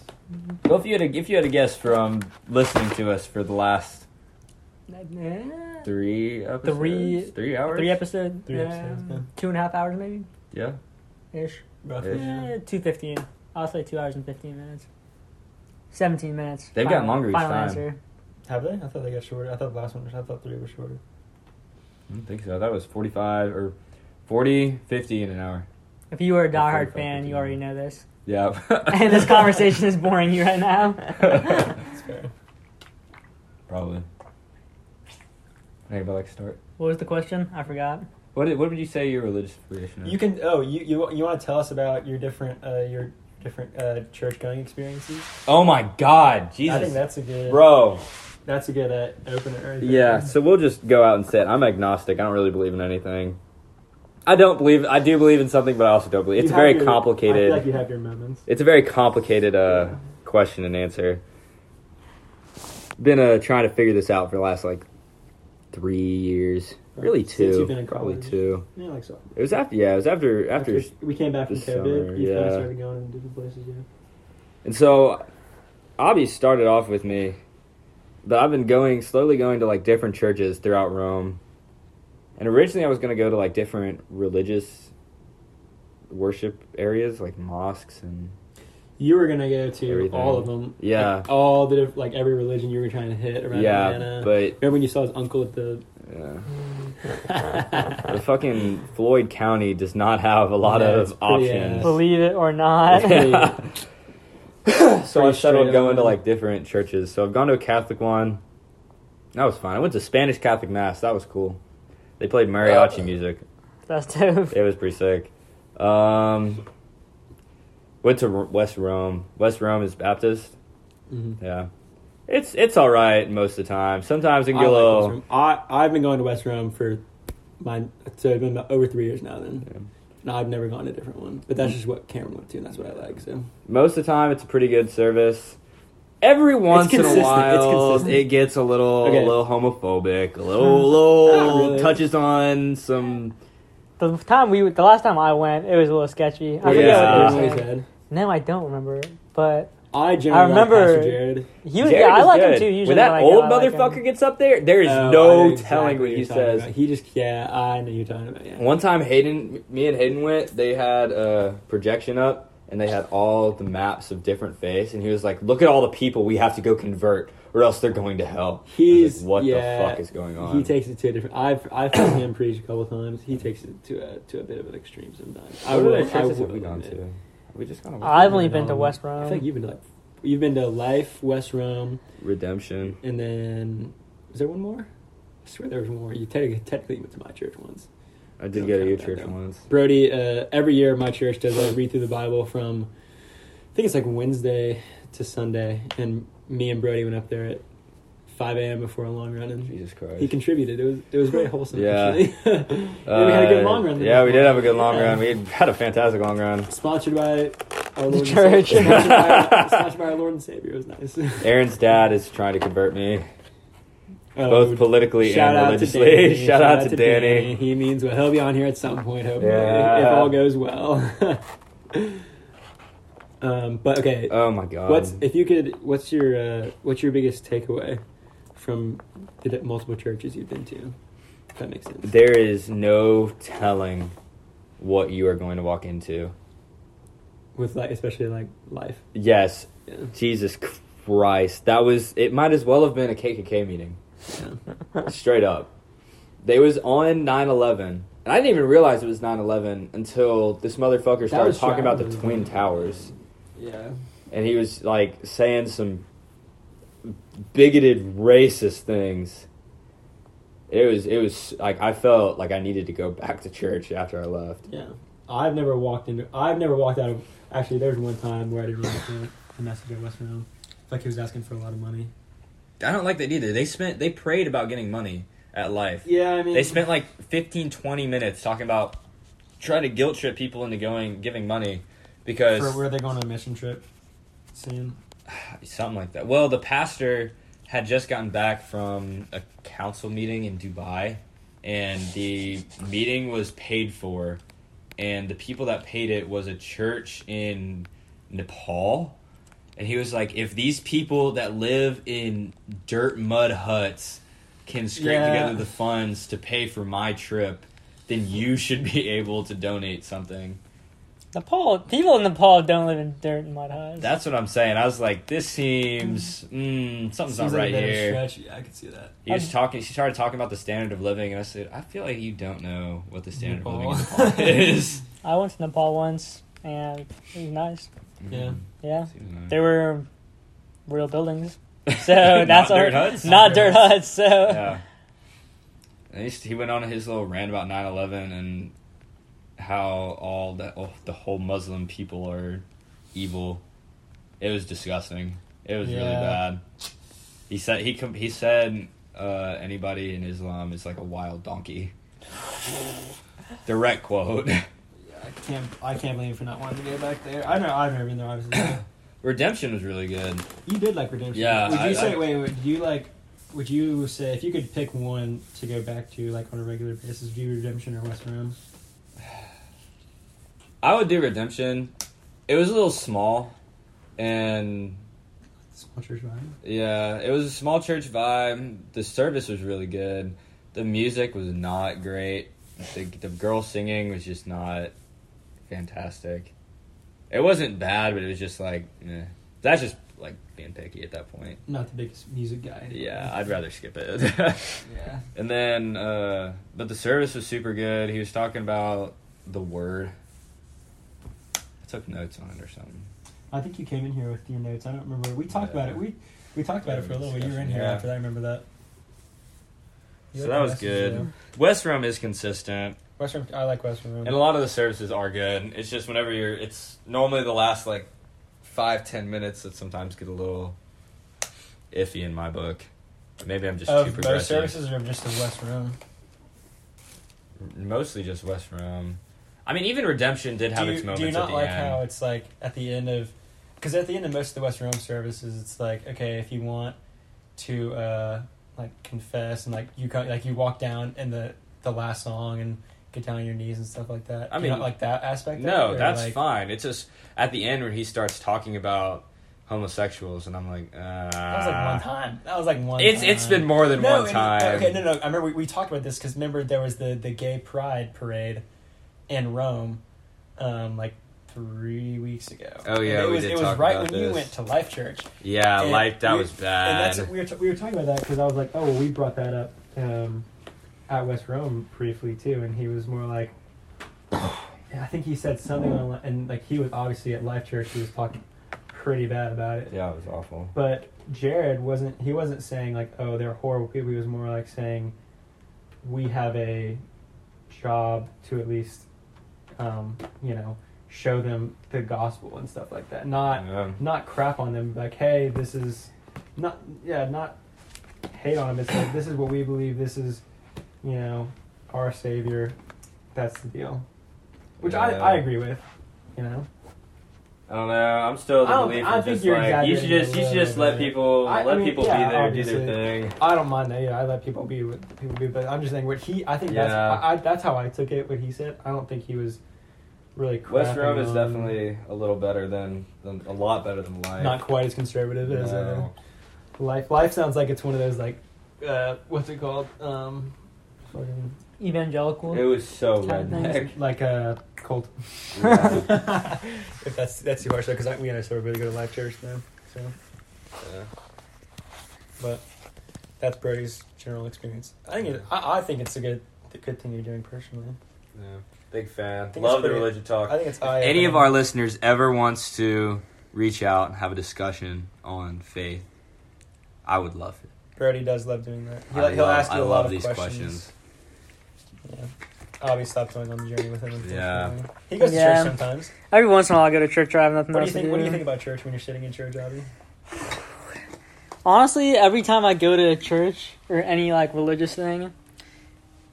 Well, if you had a, if you had a guess from listening to us for the last three episodes, Three- three hours, Three episodes. Three episodes, yeah. Two and a half hours, maybe yeah, ish. Roughly. Ish. Eh, two fifteen. I'll say two hours and fifteen minutes. Seventeen minutes. They've gotten longer each final time. Answer. Have they? I thought they got shorter. I thought the last one. I thought three were shorter. I don't think so. That was forty five or 40, 50 in an hour. If you were a Yeah, 45, diehard fan, 15. you already know this. Yeah, And this conversation is boring you right now. That's fair. probably. Anybody like to start? what was the question? I forgot. What did, what would you say your religious affiliation is? You can. Oh, you you you want to tell us about your different uh, your different uh, church going experiences? oh my God, Jesus, I think that's a good. bro. That's a good uh, opener. right there. Yeah, so we'll just go out and say it. I'm agnostic. I don't really believe in anything. I don't believe. I do believe in something, but I also don't believe. It's You a have very your- I complicated. feel like you have your moments. It's a very complicated uh, question and answer. Been uh, trying to figure this out for the last like three years, really Since two, you've been in probably college. two. Yeah, like so. It was after, yeah, it was after after, we came back from this COVID, summer, you yeah. kind of started going to different places. Yeah. and so Abby started off with me, but I've been going slowly going to like different churches throughout Rome, and originally I was gonna go to like different religious worship areas like mosques and You were gonna go to Everything. all of them. Yeah. Like, all the diff- like every religion you were trying to hit around yeah, Atlanta. but Remember when you saw his uncle at the? yeah. uh, the fucking Floyd County does not have a lot Yeah, it's of pretty options. ass. Believe it or not. Yeah. so I Pretty straight settled going to on. like different churches. So I've gone to a Catholic one. That was fun. I went to Spanish Catholic Mass. That was cool. They played mariachi Uh, music. That's dope. It was pretty sick. Um, went to R- West Rome. West Rome is Baptist. Mhm. Yeah, it's it's all right most of the time. Sometimes it mm-hmm. I can get a little. Rome. I I've been going to West Rome for my so it's been about over three years now. Then, Yeah. and I've never gone to a different one. But that's just what Cameron went to, and that's what I like. So most of the time it's a pretty good service. Every once in a consistent. It's while, consistent. it gets a little, Okay. a little homophobic, a little, little Not really. touches on some. The time we, the last time I went, it was a little sketchy. Yeah. I forget what you Here's what were he saying. said. No, I don't remember it, but I generally I remember- like Pastor Jared. he was. Jared yeah, I is like him good. too. Usually, when that when I go, old I like him. motherfucker gets up there, there is Oh, I know no exactly telling what what he you're talking says. about. He just yeah, I know you're talking about yeah. One time, Hayden, me and Hayden went. They had a projection up, and they had all the maps of different faiths. And he was like, "Look at all the people we have to go convert, or else they're going to hell." I was like, He's what yeah, the fuck is going on? He takes it to a different. I've I've heard him preach a couple times. He takes it to a to a bit of an extreme sometimes. I What will. other I churches have will we gone admit. to? We just gone. to I've only been to Um, West I Rome. think you've been to like you've been to Life, West Rome, Redemption. and then was there one more? I swear there was one more. You technically, technically went to my church once. I did Don't go to count your that, church though. once. Brody, uh, every year my church does a read through the Bible from, I think it's like Wednesday to Sunday, and me and Brody went up there at 5 a.m. before a long run, and Jesus Christ. Mm-hmm. he contributed. It was it was very wholesome. Yeah. actually. and we had a good long run. Uh, Yeah, we did have a good long Yeah. run. We had a fantastic long run. Um, Sponsored by our Lord and church. Savior. Sponsored by, sponsored by our Lord and Savior. It was nice. Aaron's dad is trying to convert me, Oh, both politically shout and out to religiously. Danny. shout, out, to Danny. He means well. He'll be on here at some point, hopefully, Yeah. if all goes well. um, but okay, Oh my God. what's if you could? What's your uh, what's your biggest takeaway from the di- multiple churches you've been to? If that makes sense. there is no telling what you are going to walk into. With like, especially like life. Yes, Yeah. Jesus Christ. That was, it might as well have been a KKK meeting. yeah. Straight up. They was on 9 11 And I didn't even realize it was 9/11 until this motherfucker started was talking about the shocking. twin towers, Yeah. and he was like saying some bigoted, racist things. It was it was like I felt like I needed to go back to church after I left. Yeah. I've never walked into. I've never walked out of. Actually, there was one time where I didn't really get a message at West Room. Like he was asking for a lot of money. I don't like that either. They spent they prayed about getting money at life. Yeah, I mean, They spent like 15, 20 minutes talking about trying to guilt trip people into going giving money because for where they're going on a mission trip. Soon. something like that. Well, the pastor had just gotten back from a council meeting in Dubai, and the meeting was paid for, and the people that paid it was a church in Nepal. And he was like, if these people that live in dirt mud huts can scrape Yeah. together the funds to pay for my trip, then you should be able to donate something. Nepal people in Nepal don't live in dirt and mud huts. That's what I'm saying. I was like, this seems mm, something's not Seems like right a bit of a here. Stretch. Yeah, I could see that. He was talking. She started talking about the standard of living, and I said, "I feel like you don't know what the standard Nepal. of living in Nepal is." I went to Nepal once and it was nice. Yeah. Yeah. Mm-hmm. Seems nice. There were real buildings. So that's Not our- dirt huts? Not dirt huts, so yeah. And he's- he went on his little rant about 9/11 and how all the oh, the whole Muslim people are evil. It was disgusting. It was really Yeah. bad. He said he com- he said uh, anybody in Islam is like a wild donkey. Direct quote. I can't. I can't believe for not wanting to go back there. I know. I've never been there. Obviously, Redemption was really good. you did like Redemption. Yeah, Would you I- say? I- wait. Would you like? Would you say if you could pick one to go back to like on a regular basis, View Redemption or West Room? I would do Redemption. It was a little small, and Small church vibe. yeah, it was a small church vibe. The service was really good. The music was not great. The, the girl singing was just not fantastic. It wasn't bad, but it was just like, eh. that's just like being picky at that point. Not the biggest music guy. Yeah, I'd rather skip it. Yeah. And then, uh, but the service was super good. He was talking about the word. I took notes on it or something. I think you came in here with your notes. I don't remember. We talked Yeah. about it. We we talked about it for a little. bit. You were in here Yeah. after that. I remember that. You So like that was West good. Room. West Room is consistent, West Room. I like West Room. and a lot of the services are good. It's just whenever you're, it's normally the last like five ten minutes that sometimes get a little iffy in my book. Maybe I'm just too of both progressive. services or just the West Room. Mostly just West Room. I mean, even Redemption did have do you, its moments do you not at the like end. how it's like at the end of because at the end of most of the West Rome services it's like okay if you want to uh like confess and like you co- like you walk down in the the last song and get down on your knees and stuff like that I Do you mean, not like that aspect of No, it, or, that's like, fine. It's just at the end when he starts talking about homosexuals, and I'm like, uh, that was like one time that was like one It's time. it's been more than no, one and- time. okay no no I remember we, we talked about this because remember there was the the gay pride parade in Rome um like three weeks ago Oh, yeah, And it we was did it was talk right about when you this. went to Life Church Yeah, And like that we- was And bad. that's we were, we were talking about that because I was like, oh, well, we brought that up um, at West Rome briefly too, and he was more like, I think he said something on, and like he was obviously at Life Church, he was talking pretty bad about it. yeah, it was awful. But Jared wasn't, he wasn't saying like, oh, they're horrible people. He was more like saying, we have a job to at least, um, you know, show them the gospel and stuff like that. Not Yeah. not crap on them like hey this is not yeah not hate on them it's like this is what we believe this is you know our savior that's the deal which Yeah. I, I agree with you know I don't know. I'm still the I don't- belief I of think just, you're like, you should exaggerating just- you a should just little let bit. people I- I let mean, people be yeah, there, do their thing. I don't mind that yeah I let people be what people be but I'm just saying what he I think Yeah. that's I, I, that's how I took it what he said I don't think he was really West crapping Rome is on- definitely a little better than, than a lot better than life. not quite as conservative as uh, No. life life sounds like it's one of those like uh, what's it called um fucking evangelical. It was so Tight redneck. like a cult. Yeah. if that's that's too harsh though, because we understand everybody go to live church now. So, Yeah. but that's Brody's general experience. I think it, I, I think it's a good a good thing you're doing personally. Big fan. think it's Love the pretty- religion talk. I think it's I Any of our listeners ever wants to reach out and have a discussion on faith, I would love it. Brody does love doing that. I He'll, he'll love- ask you I a love lot of these questions. Yeah. Obby stopped going on the journey with him. unfortunately. Yeah. He goes to Yeah. church sometimes. Every once in a while, I go to church. I have nothing What do else you think? to do. What do you think about church when you're sitting in church, Obby? Honestly, every time I go to a church or any like religious thing,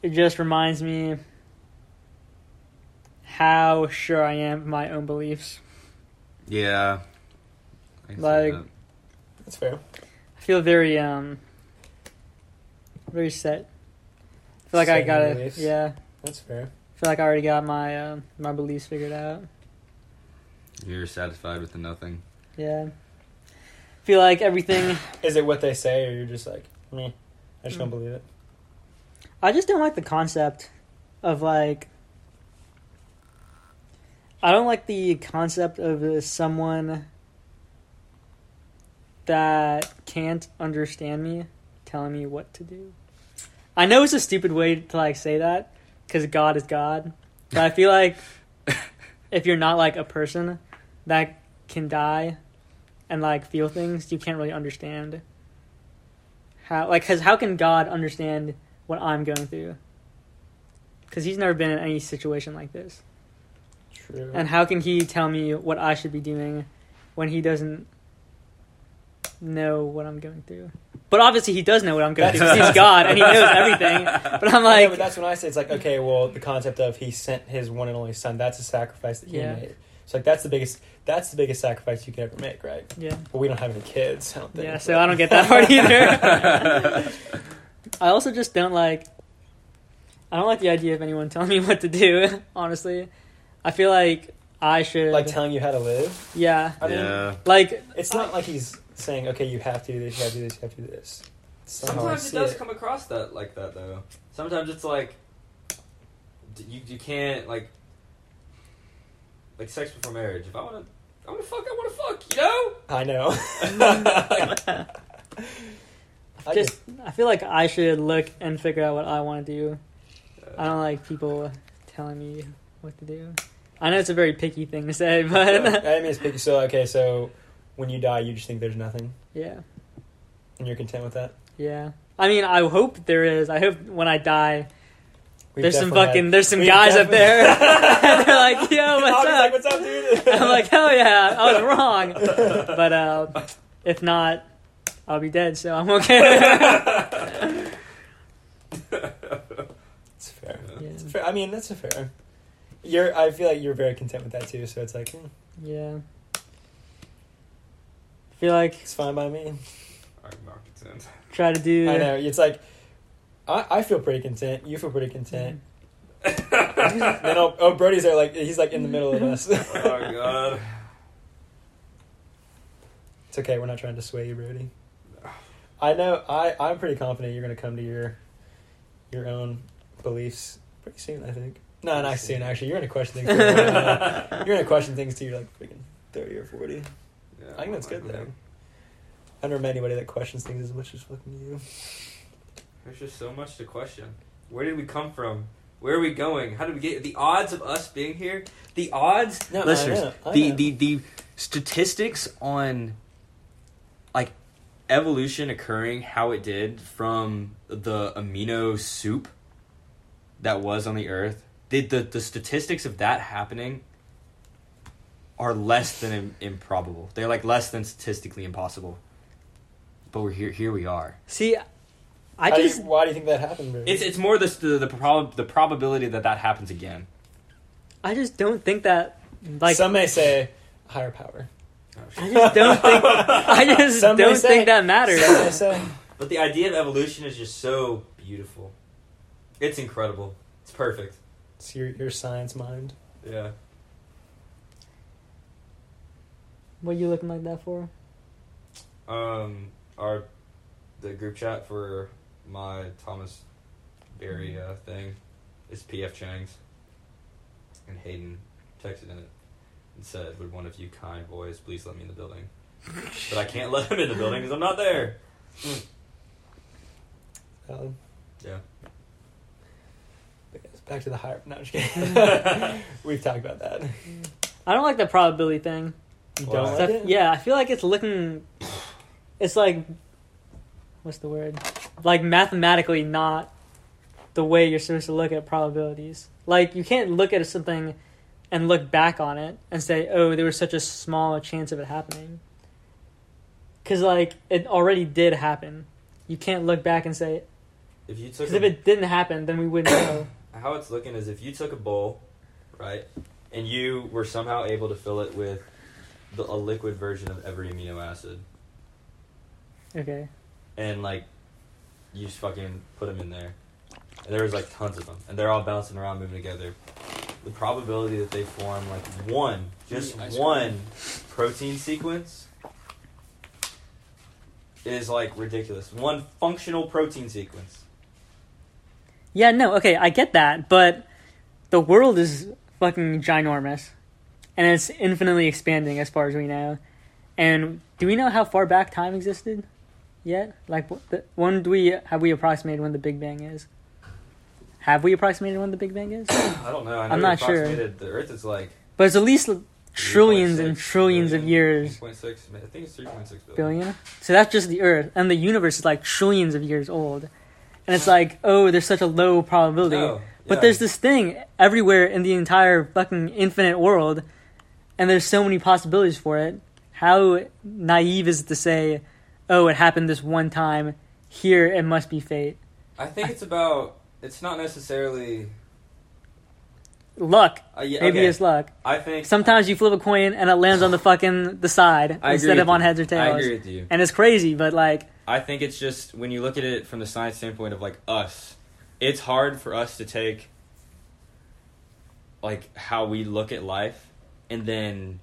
it just reminds me how sure I am of my own beliefs. Yeah. I can see Like- that. That's fair. I feel very um very set. I feel like Set I in got your it. beliefs? Yeah. That's fair. I feel like I already got my um my beliefs figured out. you're satisfied with the nothing. Yeah. I feel like everything Is it what they say, or you're just like me? I just Hmm. don't believe it. I just don't like the concept of like. I don't like the concept of uh, someone that can't understand me telling me what to do. I know it's a stupid way to like say that because God is God, but I feel like if you're not like a person that can die and like feel things, you can't really understand how like because how can God understand what I'm going through. Because he's never been in any situation like this. True. And how can he tell me what I should be doing when he doesn't know what I'm going through? But obviously, he does know what I'm going through That's- 'cause he's God and he knows everything. But I'm Well, no, like, but that's when I say it's like okay, well, the concept of he sent his one and only son. That's a sacrifice that he Yeah. made. So like that's the biggest that's the biggest sacrifice you could ever make, right? yeah, But we don't have any kids. I don't think. yeah. So I don't get that part either. I also just don't like. I don't like the idea of anyone telling me what to do. Honestly, I feel like I should. like telling you how to live. yeah, I mean, yeah. like it's not like he's saying okay, you have to do this, you have to do this, you have to do this. Somehow I Sometimes it see does it. come across that like that though. Sometimes it's like d- you you can't like like sex before marriage. If I want to, I want to fuck. I want to fuck. You know. I know. I just I feel like I should look and figure out what I want to do. I don't like people telling me what to do. I know it's a very picky thing to say, I but mean, it's picky. So okay, so when you die, you just think there's nothing, yeah, and you're content with that. yeah. I mean, I hope there is. I hope when I die, We've there's some definitely fucking had- there's some we've guys up definitely- there. and they're like, yo, what's Obviously, up? Like, what's up, dude? I'm like, hell yeah, I was wrong. But uh, if not, I'll be dead, so I'm okay. It's fair. Uh, Yeah. It's fair. I mean, that's a fair. You're. I feel like you're very content with that too. So it's like hmm, yeah. feel like it's fine by me. try to do. I know. It's like I, I feel pretty content. You feel pretty content. then oh, oh, Brody's there. Like he's like in the middle of us. oh god. it's okay. We're not trying to sway you, Brody. I know. I I'm pretty confident you're gonna come to your your own beliefs pretty soon. I think. No, not soon. Actually, you're gonna question things. you're gonna question things till you're like freaking thirty or forty. Yeah, oh, I think that's good though. I don't remember anybody that questions things as much as fucking you. There's just so much to question. Where did we come from? Where are we going? How did we get the odds of us being here? The odds, No, I listeners. know, I the, know. the the statistics on like evolution occurring, how it did from the amino soup that was on the Earth. The the, the statistics of that happening are less than im- improbable. They're like less than statistically impossible. But we're here. Here we are. See, I How do you- just why do you think that happened, bro? It's it's more the the the, prob- the probability that that happens again. I just don't think that like some may say higher power. I just don't think I just Some may don't say- think that matters. Some may say But the idea of evolution is just so beautiful. It's incredible. It's perfect. it's your your science mind. Yeah. What you looking like that for? Um. Our the group chat for my Thomas Berry uh, thing is PF Chang's, and Hayden texted in it and said, "Would one of you kind boys please let me in the building?" but I can't let him in the building because I'm not there. Valid. Yeah. Big ass back to the higher. No, I'm just kidding. We've talked about that. I don't like the probability thing. You Why? don't 'Cause like I- it? yeah, I feel like it's looking. It's like, what's the word? Like mathematically not the way you're supposed to look at probabilities. Like you can't look at something and look back on it and say, "Oh, there was such a small chance of it happening." Because like it already did happen. You can't look back and say, If you took "Because if it didn't happen, then we wouldn't know." how it's looking is if you took a bowl, right, and you were somehow able to fill it with the, a liquid version of every amino acid, Okay. and like you just fucking put them in there, and there was like tons of them, and they're all bouncing around, moving together. The probability that they form like one, just Mm, ice cream. one protein sequence is like ridiculous. One functional protein sequence. Yeah, no, okay, I get that, but the world is fucking ginormous. And it's infinitely expanding as far as we know. And do we know how far back time existed yet? Like, wh- the- when do we, have we approximated when the Big Bang is? Have we approximated when the Big Bang is? I don't know. I know I'm we not sure. approximated The Earth is like But it's at least l- trillions and 3.6 trillions of billion. years. 3.6, I think it's 3.6 billion. Billion? So that's just the Earth. And the universe is like trillions of years old. And it's like, oh, there's such a low probability. No, But yeah. there's this thing everywhere in the entire fucking infinite world, and there's so many possibilities for it. How naive is it to say, oh, it happened this one time, here it must be fate? I think it's about. It's not necessarily. Luck. Uh, yeah, Maybe okay. it's luck. I think. Sometimes you flip a coin and it lands on the fucking the side I agree instead with of on you. heads or tails. I agree with you. And it's crazy, but like, I think it's just when you look at it from the science standpoint of like us, it's hard for us to take like how we look at life and then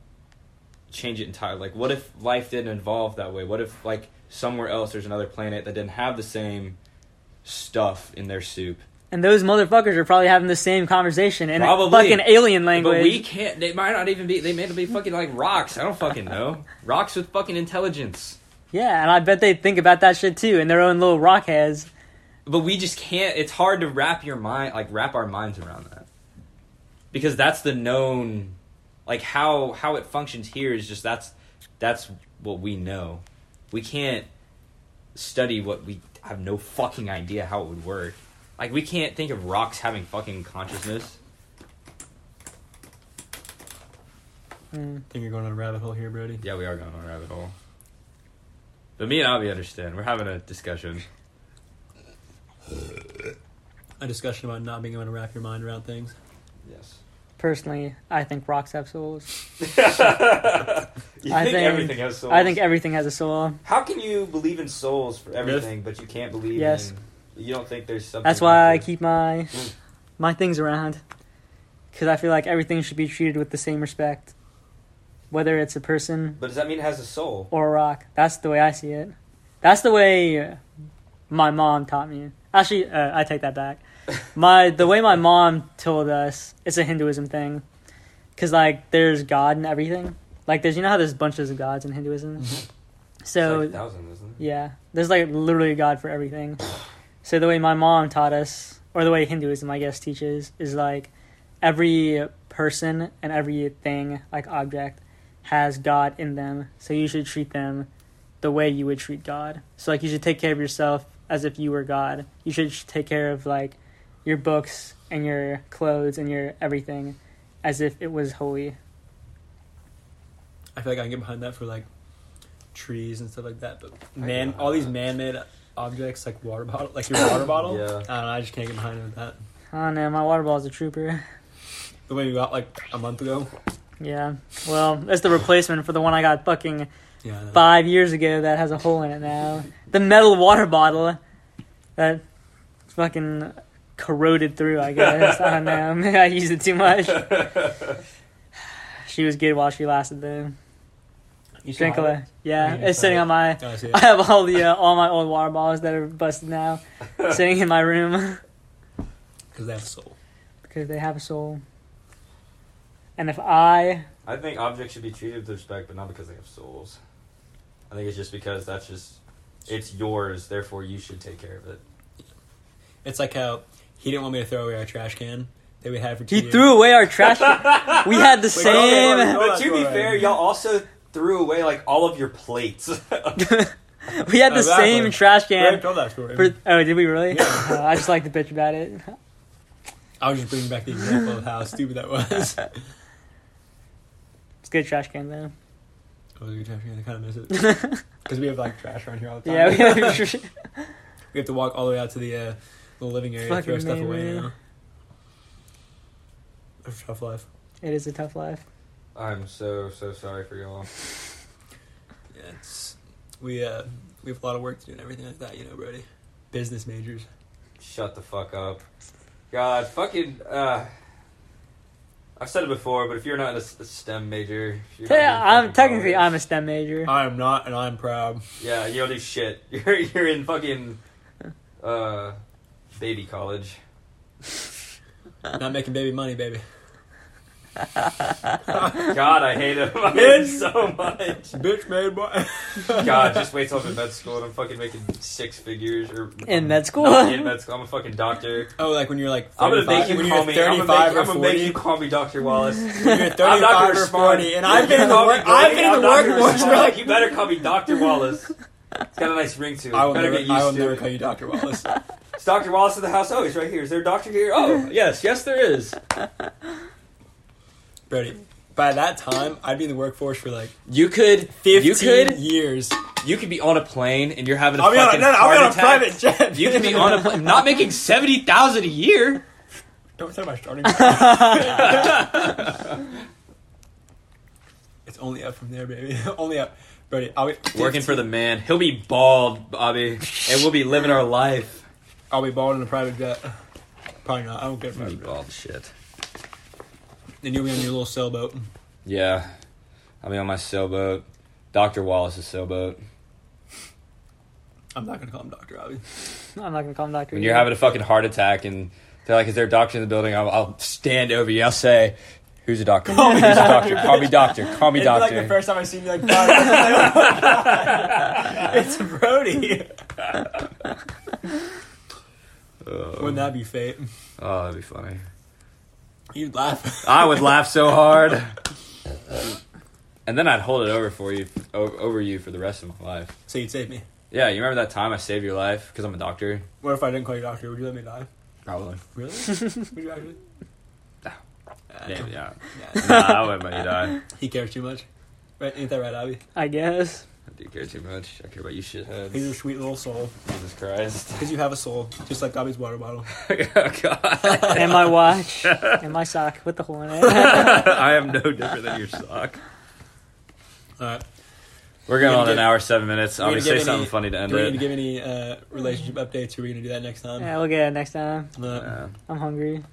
change it entirely. Like, what if life didn't evolve that way? What if like somewhere else there's another planet that didn't have the same stuff in their soup? and those motherfuckers are probably having the same conversation in Probably. fucking alien language. But we can't. They might not even be. They may not be fucking like rocks. I don't fucking know. Rocks with fucking intelligence. Yeah, and I bet they think about that shit too in their own little rock heads. But we just can't. It's hard to wrap your mind, like wrap our minds around that, because that's the known, like how how it functions here is just that's that's what we know. We can't study what we I have no fucking idea how it would work. Like we can't think of rocks having fucking consciousness. Mm. I think you're going on a rabbit hole here, Brody. Yeah, we are going on a rabbit hole. But me and Avi understand. We're having a discussion. A discussion about not being able to wrap your mind around things. Yes. Personally, I think rocks have souls. you think, I think- everything has souls? I think everything has a soul. How can you believe in souls for everything, but you can't believe Yes. in? You don't think there's something. That's why I out there? keep my Mm. my things around because I feel like everything should be treated with the same respect, whether it's a person But does that mean it has a soul? or a rock. That's the way I see it. That's the way my mom taught me. Actually, uh, I take that back. My the way my mom told us it's a Hinduism thing, because like there's God in everything. Like there's you know how there's bunches of gods in Hinduism. So Mm-hmm. it's like a thousand, isn't it? Yeah, there's like literally a god for everything. So the way my mom taught us, or the way Hinduism, I guess, teaches, is like every person and every thing, like object, has God in them. So you should treat them the way you would treat God. So like you should take care of yourself as if you were God. You should sh- take care of like your books and your clothes and your everything as if it was holy. I feel like I can get behind that for like trees and stuff like that. But get man, behind all these that. man-made objects like water bottle, like your water bottle. Yeah. I don't know. I just can't get behind it with that. I don't know, Ah, my water ball's a trooper. The way we got like a month ago. Yeah, well, that's the replacement for the one I got fucking Yeah. I know. five years ago that has a hole in it now. The metal water bottle that fucking corroded through, I guess. I don't know. Maybe I used it too much. she was good while she lasted, though. You still Drink a have lot. it? Yeah, Yeah, it's sitting on my. Oh, I see it. I have all the uh, all my old water bottles that are busted now, sitting in my room Because they have a soul. because they have a soul. And if I I think objects should be treated with respect, but not because they have souls. I think it's just because that's just it's yours. Therefore, you should take care of it. It's like how he didn't want me to throw away our trash can, that we had for two He years. threw away our trash. we had the same. But But to be fair, y'all also threw away like all of your plates. we had the Exactly. same trash We already can. told that story. For, oh, did we really? Oh, I just like to bitch about it. I was just bringing back the example of how stupid that was. I It's a good trash can though. was gonna trash can, I kind of miss it because we have like trash around here all the time. yeah, we had We have to walk all the way out to the uh, little living area to Fucking throw stuff away man. now. That's tough life. It is a tough life. I'm so so sorry for y'all. Yeah, it's we uh we have a lot of work to do and everything like that, you know, Brody. Business majors. Shut the fuck up. God, fucking. Uh, I've said it before, but if you're not a, s- a STEM major, if you're not Yeah, in I'm fucking technically college- I'm a STEM major. I am not, and I'm proud. Yeah, you don't do shit. You're you're in fucking uh, baby college. Not making baby money, baby. God, I hate him. I hate him so much. Bitch made boy. God, just wait till I'm in med school and I'm fucking making six figures or In med school? Not in med school, I'm a fucking doctor. Oh, like when you're like I'm gonna 35 make you when call you're me. I'm gonna, make, 35 I'm or gonna 40. make you call me Doctor Wallace. when you're 35 I'm not gonna or respond. 40, and I've been in the Call me work. I've been in the Brody. I'm not gonna workforce. for, respond. Like, You better call me Doctor Wallace. It's got a nice ring to it. I will better never. get used I will to never it. call you Doctor Wallace. Is Dr. Wallace in the house? Oh, he's right here. Is there a doctor here? Oh, yes, yes, there is. Brody. By that time, I'd be in the workforce for like You could, 15 you could, years. you could be on a plane and you're having a I'll be on, fucking no, no, I'll be heart on a attack. private jet. You could be on a plane, not making seventy thousand a year. Don't tell my starting. point. it's only up from there, baby. only up, Brody. I'll be Working for the man. He'll be bald, Bobby, and we'll be living our life. I'll be bald in a private jet. Probably not. I don't get a Be private jet. bald shit. Then you'll be on your little sailboat. Yeah, I'll be on my sailboat. Doctor Wallace's sailboat. I'm not gonna call him Doctor Robbie. I'm not gonna call him doctor. When you're having a fucking heart attack and they're like, "Is there a doctor in the building?" I'll, I'll stand over you. I'll say, "Who's a doctor? Who's a doctor? Call me doctor. Call me It'd be like the doctor." first time I seen you like. "Brody." it's Brody. Wouldn't that be fate? Oh, that'd be funny. You'd laugh. I would laugh so hard. And then I'd hold it over for you, o- over you for the rest of my life. so you'd save me. Yeah, you remember that time I saved your life because I'm a doctor. What if I didn't call you doctor? Would you let me die? Probably. Really? Would you actually? No. Uh, Yeah, yeah. nah. Nah, I wouldn't let you die. He cares too much. Right? Ain't that right, Abby? I guess. I do care too much. I care about you, shithead. He's a sweet little soul. Jesus Christ. Because you have a soul, just like Abby's water bottle. oh, God. And my watch. and my sock with the hole in it. I am no different than your sock. Alright. We're going We on didn't an get- hour, seven minutes. we I'm going to didn't say get something any- funny to end Do we need to it. give any uh, relationship updates or are we going to do that next time? yeah, we'll get it next time. Uh, Yeah. I'm hungry.